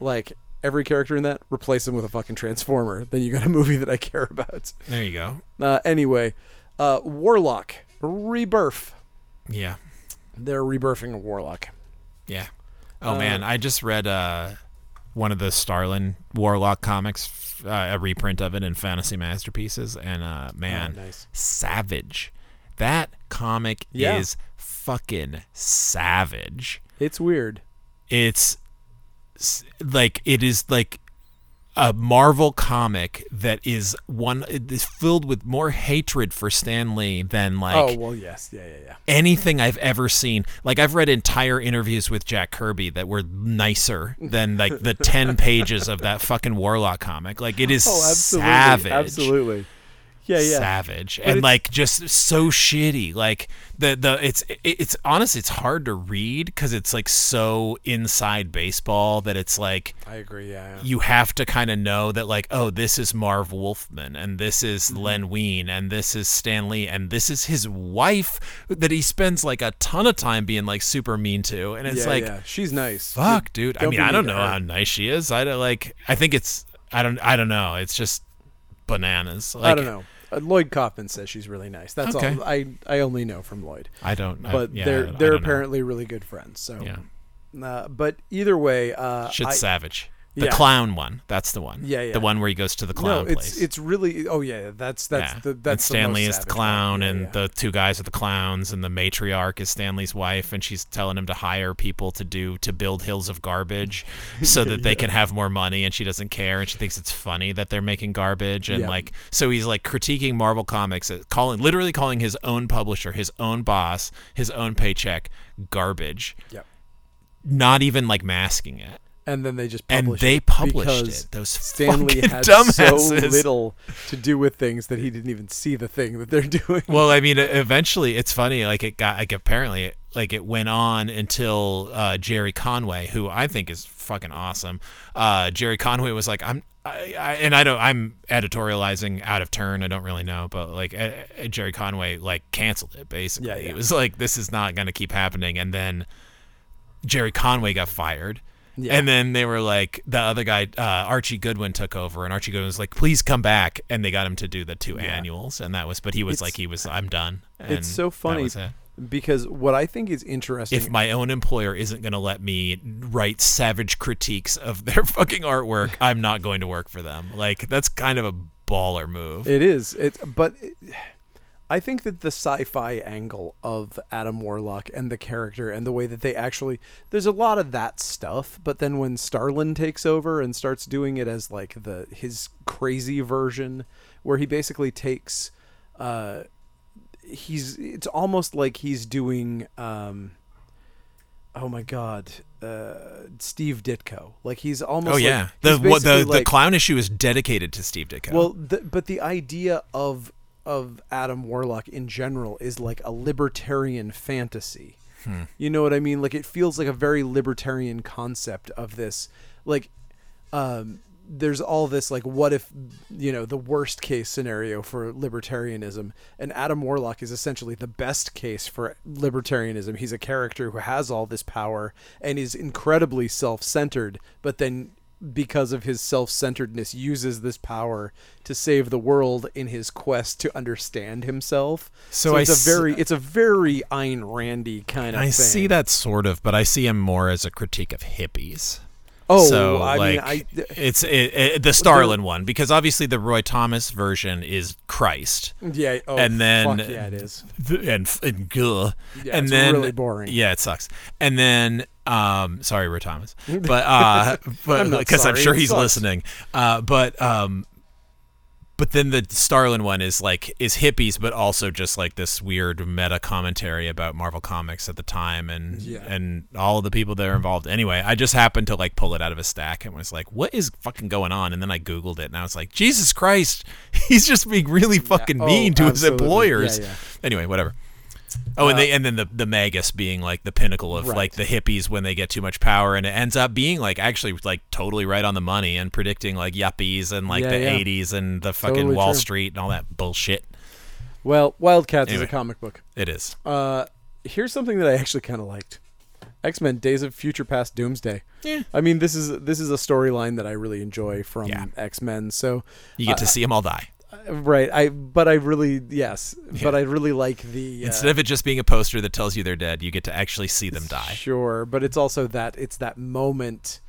Speaker 1: Like every character in that, replace them with a fucking transformer. Then you got a movie that I care about.
Speaker 2: there you go.
Speaker 1: Uh, anyway, uh, Warlock rebirth.
Speaker 2: Yeah.
Speaker 1: They're rebirthing a Warlock.
Speaker 2: Yeah. Oh man, I just read uh one of the Starlin Warlock comics, f- uh, a reprint of it in Fantasy Masterpieces, and uh man,
Speaker 1: Oh, nice.
Speaker 2: savage. That comic
Speaker 1: Yeah.
Speaker 2: is fucking savage.
Speaker 1: It's weird.
Speaker 2: it's s- like it is like a Marvel comic that is one it is filled with more hatred for Stan Lee than like
Speaker 1: oh well, yes, yeah, yeah, yeah.
Speaker 2: anything I've ever seen. Like I've read entire interviews with Jack Kirby that were nicer than like the 10 pages of that fucking Warlock comic. Like it is
Speaker 1: Oh, absolutely.
Speaker 2: savage
Speaker 1: Absolutely. Yeah, yeah.
Speaker 2: savage and
Speaker 1: it's-
Speaker 2: like just so shitty like the the it's it, it's honestly it's hard to read because it's like so inside baseball that it's like
Speaker 1: I agree, yeah. yeah.
Speaker 2: you have to kind of know that like oh this is marv wolfman and this is
Speaker 1: Mm-hmm.
Speaker 2: len wein and this is stan lee and this is his wife that he spends like a ton of time being like super mean to and it's
Speaker 1: yeah,
Speaker 2: like
Speaker 1: yeah. she's nice.
Speaker 2: fuck dude i
Speaker 1: Don't
Speaker 2: mean
Speaker 1: be
Speaker 2: i
Speaker 1: mean
Speaker 2: don't
Speaker 1: to
Speaker 2: know
Speaker 1: her.
Speaker 2: how nice she is i don't like i think it's i don't i don't know it's just bananas like
Speaker 1: I don't know. Uh, Lloyd Kaufman says she's really nice. That's
Speaker 2: Okay.
Speaker 1: all. I I only know from Lloyd,
Speaker 2: I don't. I-
Speaker 1: but
Speaker 2: yeah, I
Speaker 1: they're
Speaker 2: don't- I
Speaker 1: they're
Speaker 2: don't know.
Speaker 1: apparently really good friends. So,
Speaker 2: Yeah.
Speaker 1: uh, but either way, uh,
Speaker 2: Shit's
Speaker 1: I,
Speaker 2: savage. The
Speaker 1: Yeah.
Speaker 2: clown one. That's the one.
Speaker 1: Yeah, yeah.
Speaker 2: The one where he goes to the
Speaker 1: No,
Speaker 2: clown
Speaker 1: it's
Speaker 2: place.
Speaker 1: it's really. Oh yeah, that's that's
Speaker 2: yeah.
Speaker 1: the
Speaker 2: And
Speaker 1: that's
Speaker 2: Stanley
Speaker 1: the most
Speaker 2: is the
Speaker 1: savage one.
Speaker 2: clown,
Speaker 1: Yeah,
Speaker 2: and
Speaker 1: yeah.
Speaker 2: the two guys are the clowns, and the matriarch is Stanley's wife, and she's telling him to hire people to do to build hills of garbage, so that they can have more money, and she doesn't care, and she thinks it's funny that they're making garbage, and
Speaker 1: Yeah.
Speaker 2: like so he's like critiquing Marvel Comics, uh, calling literally calling his own publisher, his own boss, his own paycheck garbage,
Speaker 1: Yep.
Speaker 2: not even like masking it.
Speaker 1: and then they just
Speaker 2: And
Speaker 1: published
Speaker 2: they
Speaker 1: it
Speaker 2: published
Speaker 1: because
Speaker 2: it. Those
Speaker 1: Stanley
Speaker 2: fucking
Speaker 1: had so
Speaker 2: dumbasses.
Speaker 1: little to do with things that he didn't even see the thing that they're doing.
Speaker 2: Well, I mean, e- eventually, it's funny. Like it got like apparently, like it went on until uh, Jerry Conway, who I think is fucking awesome. Uh, Jerry Conway was like, I'm, I, I, and I don't, I'm editorializing out of turn. I don't really know, but like uh, uh, Jerry Conway, like canceled it basically.
Speaker 1: Yeah, yeah.
Speaker 2: It was like this is not going to keep happening, and then Jerry Conway got fired.
Speaker 1: Yeah.
Speaker 2: And then they were like, the other guy, uh, Archie Goodwin, took over, and Archie Goodwin was like, "Please come back." And they got him to do the two annuals, and that was. But he was
Speaker 1: It's-
Speaker 2: like, he was, "I'm done." and
Speaker 1: it's so
Speaker 2: that
Speaker 1: funny
Speaker 2: was it.
Speaker 1: because what I think is interesting.
Speaker 2: If my own employer isn't going to let me write savage critiques of their fucking artwork, I'm not going to work for them. Like that's kind of a baller move.
Speaker 1: it is. It's but. It, I think that the sci-fi angle of Adam Warlock and the character and the way that they actually there's a lot of that stuff, but then when Starlin takes over and starts doing it as like the his crazy version where he basically takes uh he's it's almost like he's doing um oh my god, uh Steve Ditko. Like he's almost
Speaker 2: Oh
Speaker 1: like-
Speaker 2: yeah,
Speaker 1: he's
Speaker 2: the what the,
Speaker 1: basically
Speaker 2: the
Speaker 1: like-
Speaker 2: clown issue is dedicated to Steve Ditko.
Speaker 1: well, the, but the idea of of Adam Warlock in general is like a libertarian fantasy. You know what I mean? Like it feels like a very libertarian concept of this. Like, um, there's all this like, what if you know the worst case scenario for libertarianism, and Adam Warlock is essentially the best case for libertarianism. He's a character who has all this power and is incredibly self-centered, but then because of his self-centeredness uses this power to save the world in his quest to understand himself
Speaker 2: So
Speaker 1: so,
Speaker 2: I
Speaker 1: it's
Speaker 2: s-
Speaker 1: a very it's a very Ayn Randy kind of
Speaker 2: I
Speaker 1: thing.
Speaker 2: see that sort of, but I see him more as a critique of hippies.
Speaker 1: Oh,
Speaker 2: so
Speaker 1: I
Speaker 2: like
Speaker 1: mean, I
Speaker 2: it's it, it, the Starlin one because obviously the Roy Thomas version is Christ.
Speaker 1: yeah. Oh,
Speaker 2: and then-
Speaker 1: fuck yeah, it is.
Speaker 2: Th- and f- and gah.
Speaker 1: Yeah,
Speaker 2: and
Speaker 1: it's
Speaker 2: then
Speaker 1: really boring.
Speaker 2: Yeah, it sucks. And then um sorry Roy Thomas. But uh but
Speaker 1: I'm not
Speaker 2: because I'm
Speaker 1: sorry,
Speaker 2: sure
Speaker 1: it
Speaker 2: he's
Speaker 1: sucks.
Speaker 2: listening. Uh but um but then the Starlin one is like is hippies, but also just like this weird meta commentary about Marvel Comics at the time and
Speaker 1: Yeah.
Speaker 2: and all of the people that are involved. Anyway, I just happened to like pull it out of a stack and was like, "What is fucking going on?" And then I googled it and I was like, "Jesus Christ, he's just being really fucking
Speaker 1: Oh,
Speaker 2: mean to his
Speaker 1: absolutely.
Speaker 2: employers."
Speaker 1: Yeah, yeah.
Speaker 2: Anyway, whatever. Oh, and they and then the the magus being like the pinnacle of
Speaker 1: Right.
Speaker 2: like the hippies when they get too much power, and it ends up being like actually like totally right on the money and predicting like yuppies and like
Speaker 1: Yeah,
Speaker 2: the
Speaker 1: yeah.
Speaker 2: '80s and the fucking
Speaker 1: Totally
Speaker 2: Wall
Speaker 1: true.
Speaker 2: Street and all that bullshit.
Speaker 1: Well, Wildcats is
Speaker 2: Anyway.
Speaker 1: a comic book.
Speaker 2: It is.
Speaker 1: Uh, here's something that I actually kind of liked: X Men: Days of Future Past Doomsday.
Speaker 2: Yeah.
Speaker 1: I mean, this is this is a storyline that I really enjoy from
Speaker 2: Yeah.
Speaker 1: X Men. So
Speaker 2: You get to
Speaker 1: Uh,
Speaker 2: see them all die
Speaker 1: right, I but I really yes, but I really like the uh,
Speaker 2: instead of it just being a poster that tells you they're dead. You get to actually see them die.
Speaker 1: Sure, but it's also that it's that moment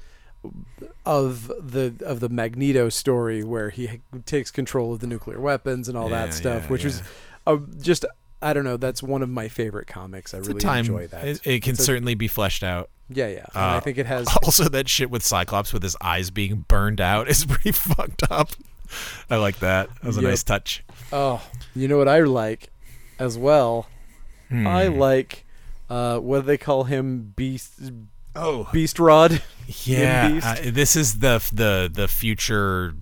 Speaker 1: of the of the Magneto story where he takes control of the nuclear weapons and all
Speaker 2: Yeah,
Speaker 1: that stuff,
Speaker 2: yeah,
Speaker 1: which is uh, just I don't know. That's one of my favorite comics. I
Speaker 2: It's a
Speaker 1: really
Speaker 2: time.
Speaker 1: enjoy that.
Speaker 2: It, it can
Speaker 1: It's a-
Speaker 2: certainly be fleshed out.
Speaker 1: yeah, yeah. And I
Speaker 2: Uh,
Speaker 1: think it has.
Speaker 2: Also, that shit with Cyclops with his eyes being burned out is pretty fucked up. I like that. That was a
Speaker 1: Yep.
Speaker 2: nice touch.
Speaker 1: Oh, you know what I like as well. I
Speaker 2: Hmm.
Speaker 1: like uh, what do they call him? Beast
Speaker 2: Oh,
Speaker 1: Beast Rod.
Speaker 2: Yeah,
Speaker 1: Beast.
Speaker 2: uh, this is the the the future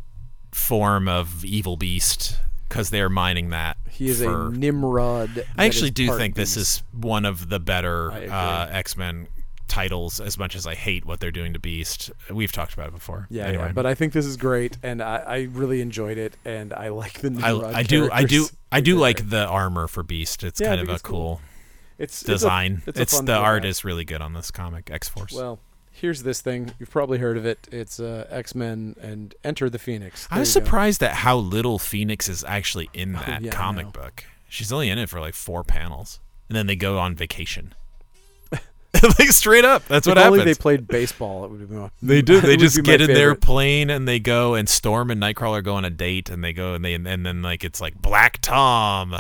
Speaker 2: form of evil beast because they're mining that.
Speaker 1: He is
Speaker 2: for-
Speaker 1: a Nimrod.
Speaker 2: I actually do think this is one of the better
Speaker 1: I agree.
Speaker 2: uh, X Men titles. As much as I hate what they're doing to Beast, we've talked about it before.
Speaker 1: Yeah,
Speaker 2: Anyway.
Speaker 1: yeah, but I think this is great, and I, I really enjoyed it, and I like the new.
Speaker 2: I,
Speaker 1: Rod
Speaker 2: I do I do
Speaker 1: characters.
Speaker 2: I do like the armor for Beast. It's
Speaker 1: Yeah, I
Speaker 2: kind of
Speaker 1: think
Speaker 2: a
Speaker 1: it's cool.
Speaker 2: cool
Speaker 1: It's it's a-
Speaker 2: design. It's,
Speaker 1: a fun
Speaker 2: the art
Speaker 1: design.
Speaker 2: is really good on this comic X Force.
Speaker 1: Well, here's this thing you've probably heard of it. It's uh, X Men and Enter the Phoenix.
Speaker 2: I
Speaker 1: There
Speaker 2: was
Speaker 1: you go. Oh,
Speaker 2: surprised at how little Phoenix is actually in that
Speaker 1: yeah, I
Speaker 2: comic
Speaker 1: know.
Speaker 2: book. She's only in it for like four panels, and then they go on vacation. like straight up, that's
Speaker 1: if
Speaker 2: what
Speaker 1: only
Speaker 2: happens.
Speaker 1: they played baseball, it would have been.
Speaker 2: They do.
Speaker 1: It
Speaker 2: They
Speaker 1: would
Speaker 2: just
Speaker 1: be my
Speaker 2: get in their
Speaker 1: favorite.
Speaker 2: plane and they go and Storm and Nightcrawler go on a date and they go and they and, then like it's like Black Tom.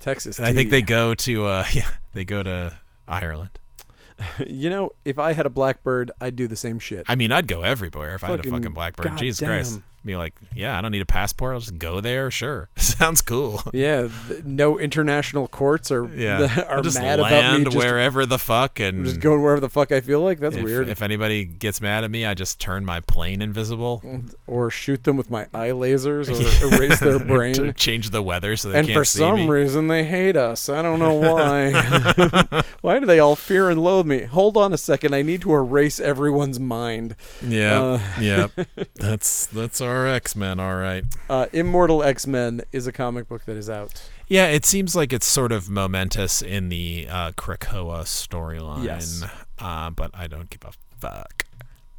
Speaker 1: Texas.
Speaker 2: And I think
Speaker 1: tea.
Speaker 2: they go to uh yeah, they go to Ireland.
Speaker 1: You know, if I had a blackbird, I'd do the same shit.
Speaker 2: I mean, I'd go everywhere if I had a
Speaker 1: Fucking
Speaker 2: fucking Blackbird.
Speaker 1: goddamn.
Speaker 2: Jesus Christ. Be like, yeah, I don't need a passport. I'll just go there. Sure, sounds cool.
Speaker 1: yeah, th- no international courts are
Speaker 2: Yeah,
Speaker 1: are
Speaker 2: I'll just
Speaker 1: mad about me.
Speaker 2: land
Speaker 1: Just,
Speaker 2: wherever the fuck and
Speaker 1: just going wherever the fuck I feel like. That's
Speaker 2: if,
Speaker 1: weird.
Speaker 2: If anybody gets mad at me, I just turn my plane invisible.
Speaker 1: or shoot them with my eye lasers, or erase their
Speaker 2: to
Speaker 1: brain.
Speaker 2: change the weather so they
Speaker 1: And
Speaker 2: can't
Speaker 1: for
Speaker 2: see
Speaker 1: some
Speaker 2: me.
Speaker 1: reason, they hate us. I don't know why. why do they all fear and loathe me? Hold on a second. I need to erase everyone's mind.
Speaker 2: Yeah,
Speaker 1: Uh,
Speaker 2: yeah. That's that's our X Men. All right.
Speaker 1: Uh, Immortal X Men is a comic book that is out.
Speaker 2: Yeah, it seems like it's sort of momentous in the uh, Krakoa storyline.
Speaker 1: Yes.
Speaker 2: Uh, but I don't give a fuck.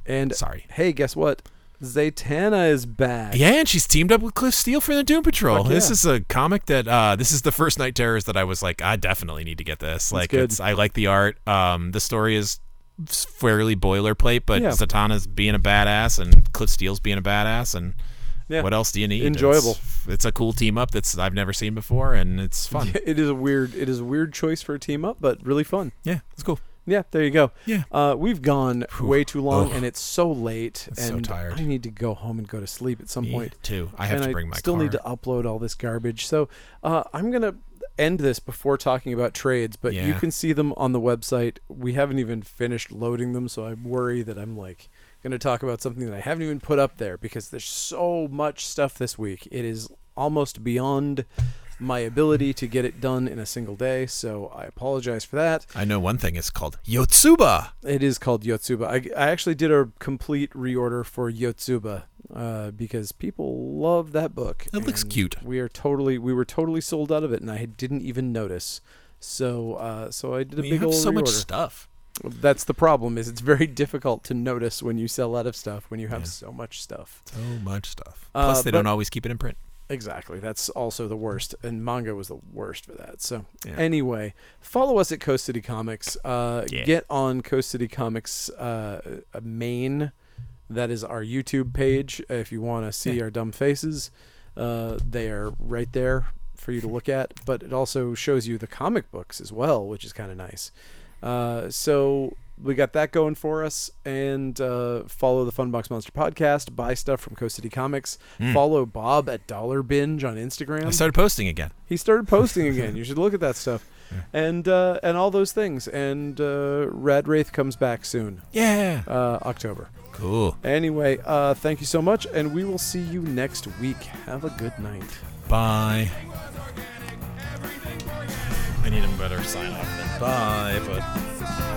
Speaker 1: And
Speaker 2: Sorry.
Speaker 1: hey, guess what? Zatanna is back.
Speaker 2: Yeah, and she's teamed up with Cliff Steele for the Doom Patrol.
Speaker 1: Fuck
Speaker 2: This
Speaker 1: yeah.
Speaker 2: is a comic that uh, this is the first Night Terrors that I was like, I definitely need to get this. Like,
Speaker 1: good.
Speaker 2: it's I like the art. Um, the story is fairly boilerplate, but
Speaker 1: Yeah.
Speaker 2: Zatanna's being a badass and Cliff Steele's being a badass, and
Speaker 1: Yeah.
Speaker 2: what else do you need?
Speaker 1: Enjoyable.
Speaker 2: It's, it's a cool team up that's I've never seen before, and it's fun.
Speaker 1: It is a weird, it is a weird choice for a team up, but really fun.
Speaker 2: yeah, it's cool.
Speaker 1: Yeah, there you go.
Speaker 2: Yeah.
Speaker 1: Uh, we've gone way too long,
Speaker 2: Ugh.
Speaker 1: and it's so late,
Speaker 2: It's so
Speaker 1: and
Speaker 2: tired.
Speaker 1: I need to go home and go to sleep at some
Speaker 2: Me
Speaker 1: point.
Speaker 2: too. I have
Speaker 1: and
Speaker 2: to bring my
Speaker 1: I still
Speaker 2: car.
Speaker 1: need to upload all this garbage. So uh, I'm gonna end this before talking about trades, but you
Speaker 2: Yeah.
Speaker 1: can see them on the website. We haven't even finished loading them, so I worry that I'm like gonna talk about something that I haven't even put up there because there's so much stuff this week. It is almost beyond my ability to get it done in a single day, so I apologize for that.
Speaker 2: I know one thing is called Yotsuba.
Speaker 1: It is called Yotsuba. I, I actually did a complete reorder for Yotsuba uh, because people love that book.
Speaker 2: It looks
Speaker 1: and
Speaker 2: cute.
Speaker 1: We are totally we were totally sold out of it, and I didn't even notice. So uh, so I did a
Speaker 2: We
Speaker 1: big
Speaker 2: have
Speaker 1: old
Speaker 2: so
Speaker 1: reorder.
Speaker 2: much stuff.
Speaker 1: That's the problem is it's very difficult to notice when you sell out of stuff when you have so much stuff.
Speaker 2: So much stuff.
Speaker 1: Uh,
Speaker 2: Plus, they don't
Speaker 1: but-
Speaker 2: always keep it in print.
Speaker 1: Exactly. That's also the worst. And manga was the worst for that. So
Speaker 2: Yeah.
Speaker 1: anyway, follow us at Coast City Comics. Uh,
Speaker 2: Yeah.
Speaker 1: Get on Coast City Comics uh, uh, main. That is our YouTube page. If you want to see our dumb faces, uh, they are right there for you to look at. But it also shows you the comic books as well, which is kind of nice. Uh, so we got that going for us. And uh, follow the Funbox Monster podcast. Buy stuff from Coast City Comics. Follow Bob at Dollar Binge on Instagram.
Speaker 2: I started posting again.
Speaker 1: He started posting again. you should look at that stuff, and uh, and all those things. And uh, Rad Wraith comes back soon,
Speaker 2: Yeah.
Speaker 1: uh, October.
Speaker 2: Cool.
Speaker 1: Anyway, uh, thank you so much, and we will see you next week. Have a good night.
Speaker 2: Bye. I need a better sign off than bye, but.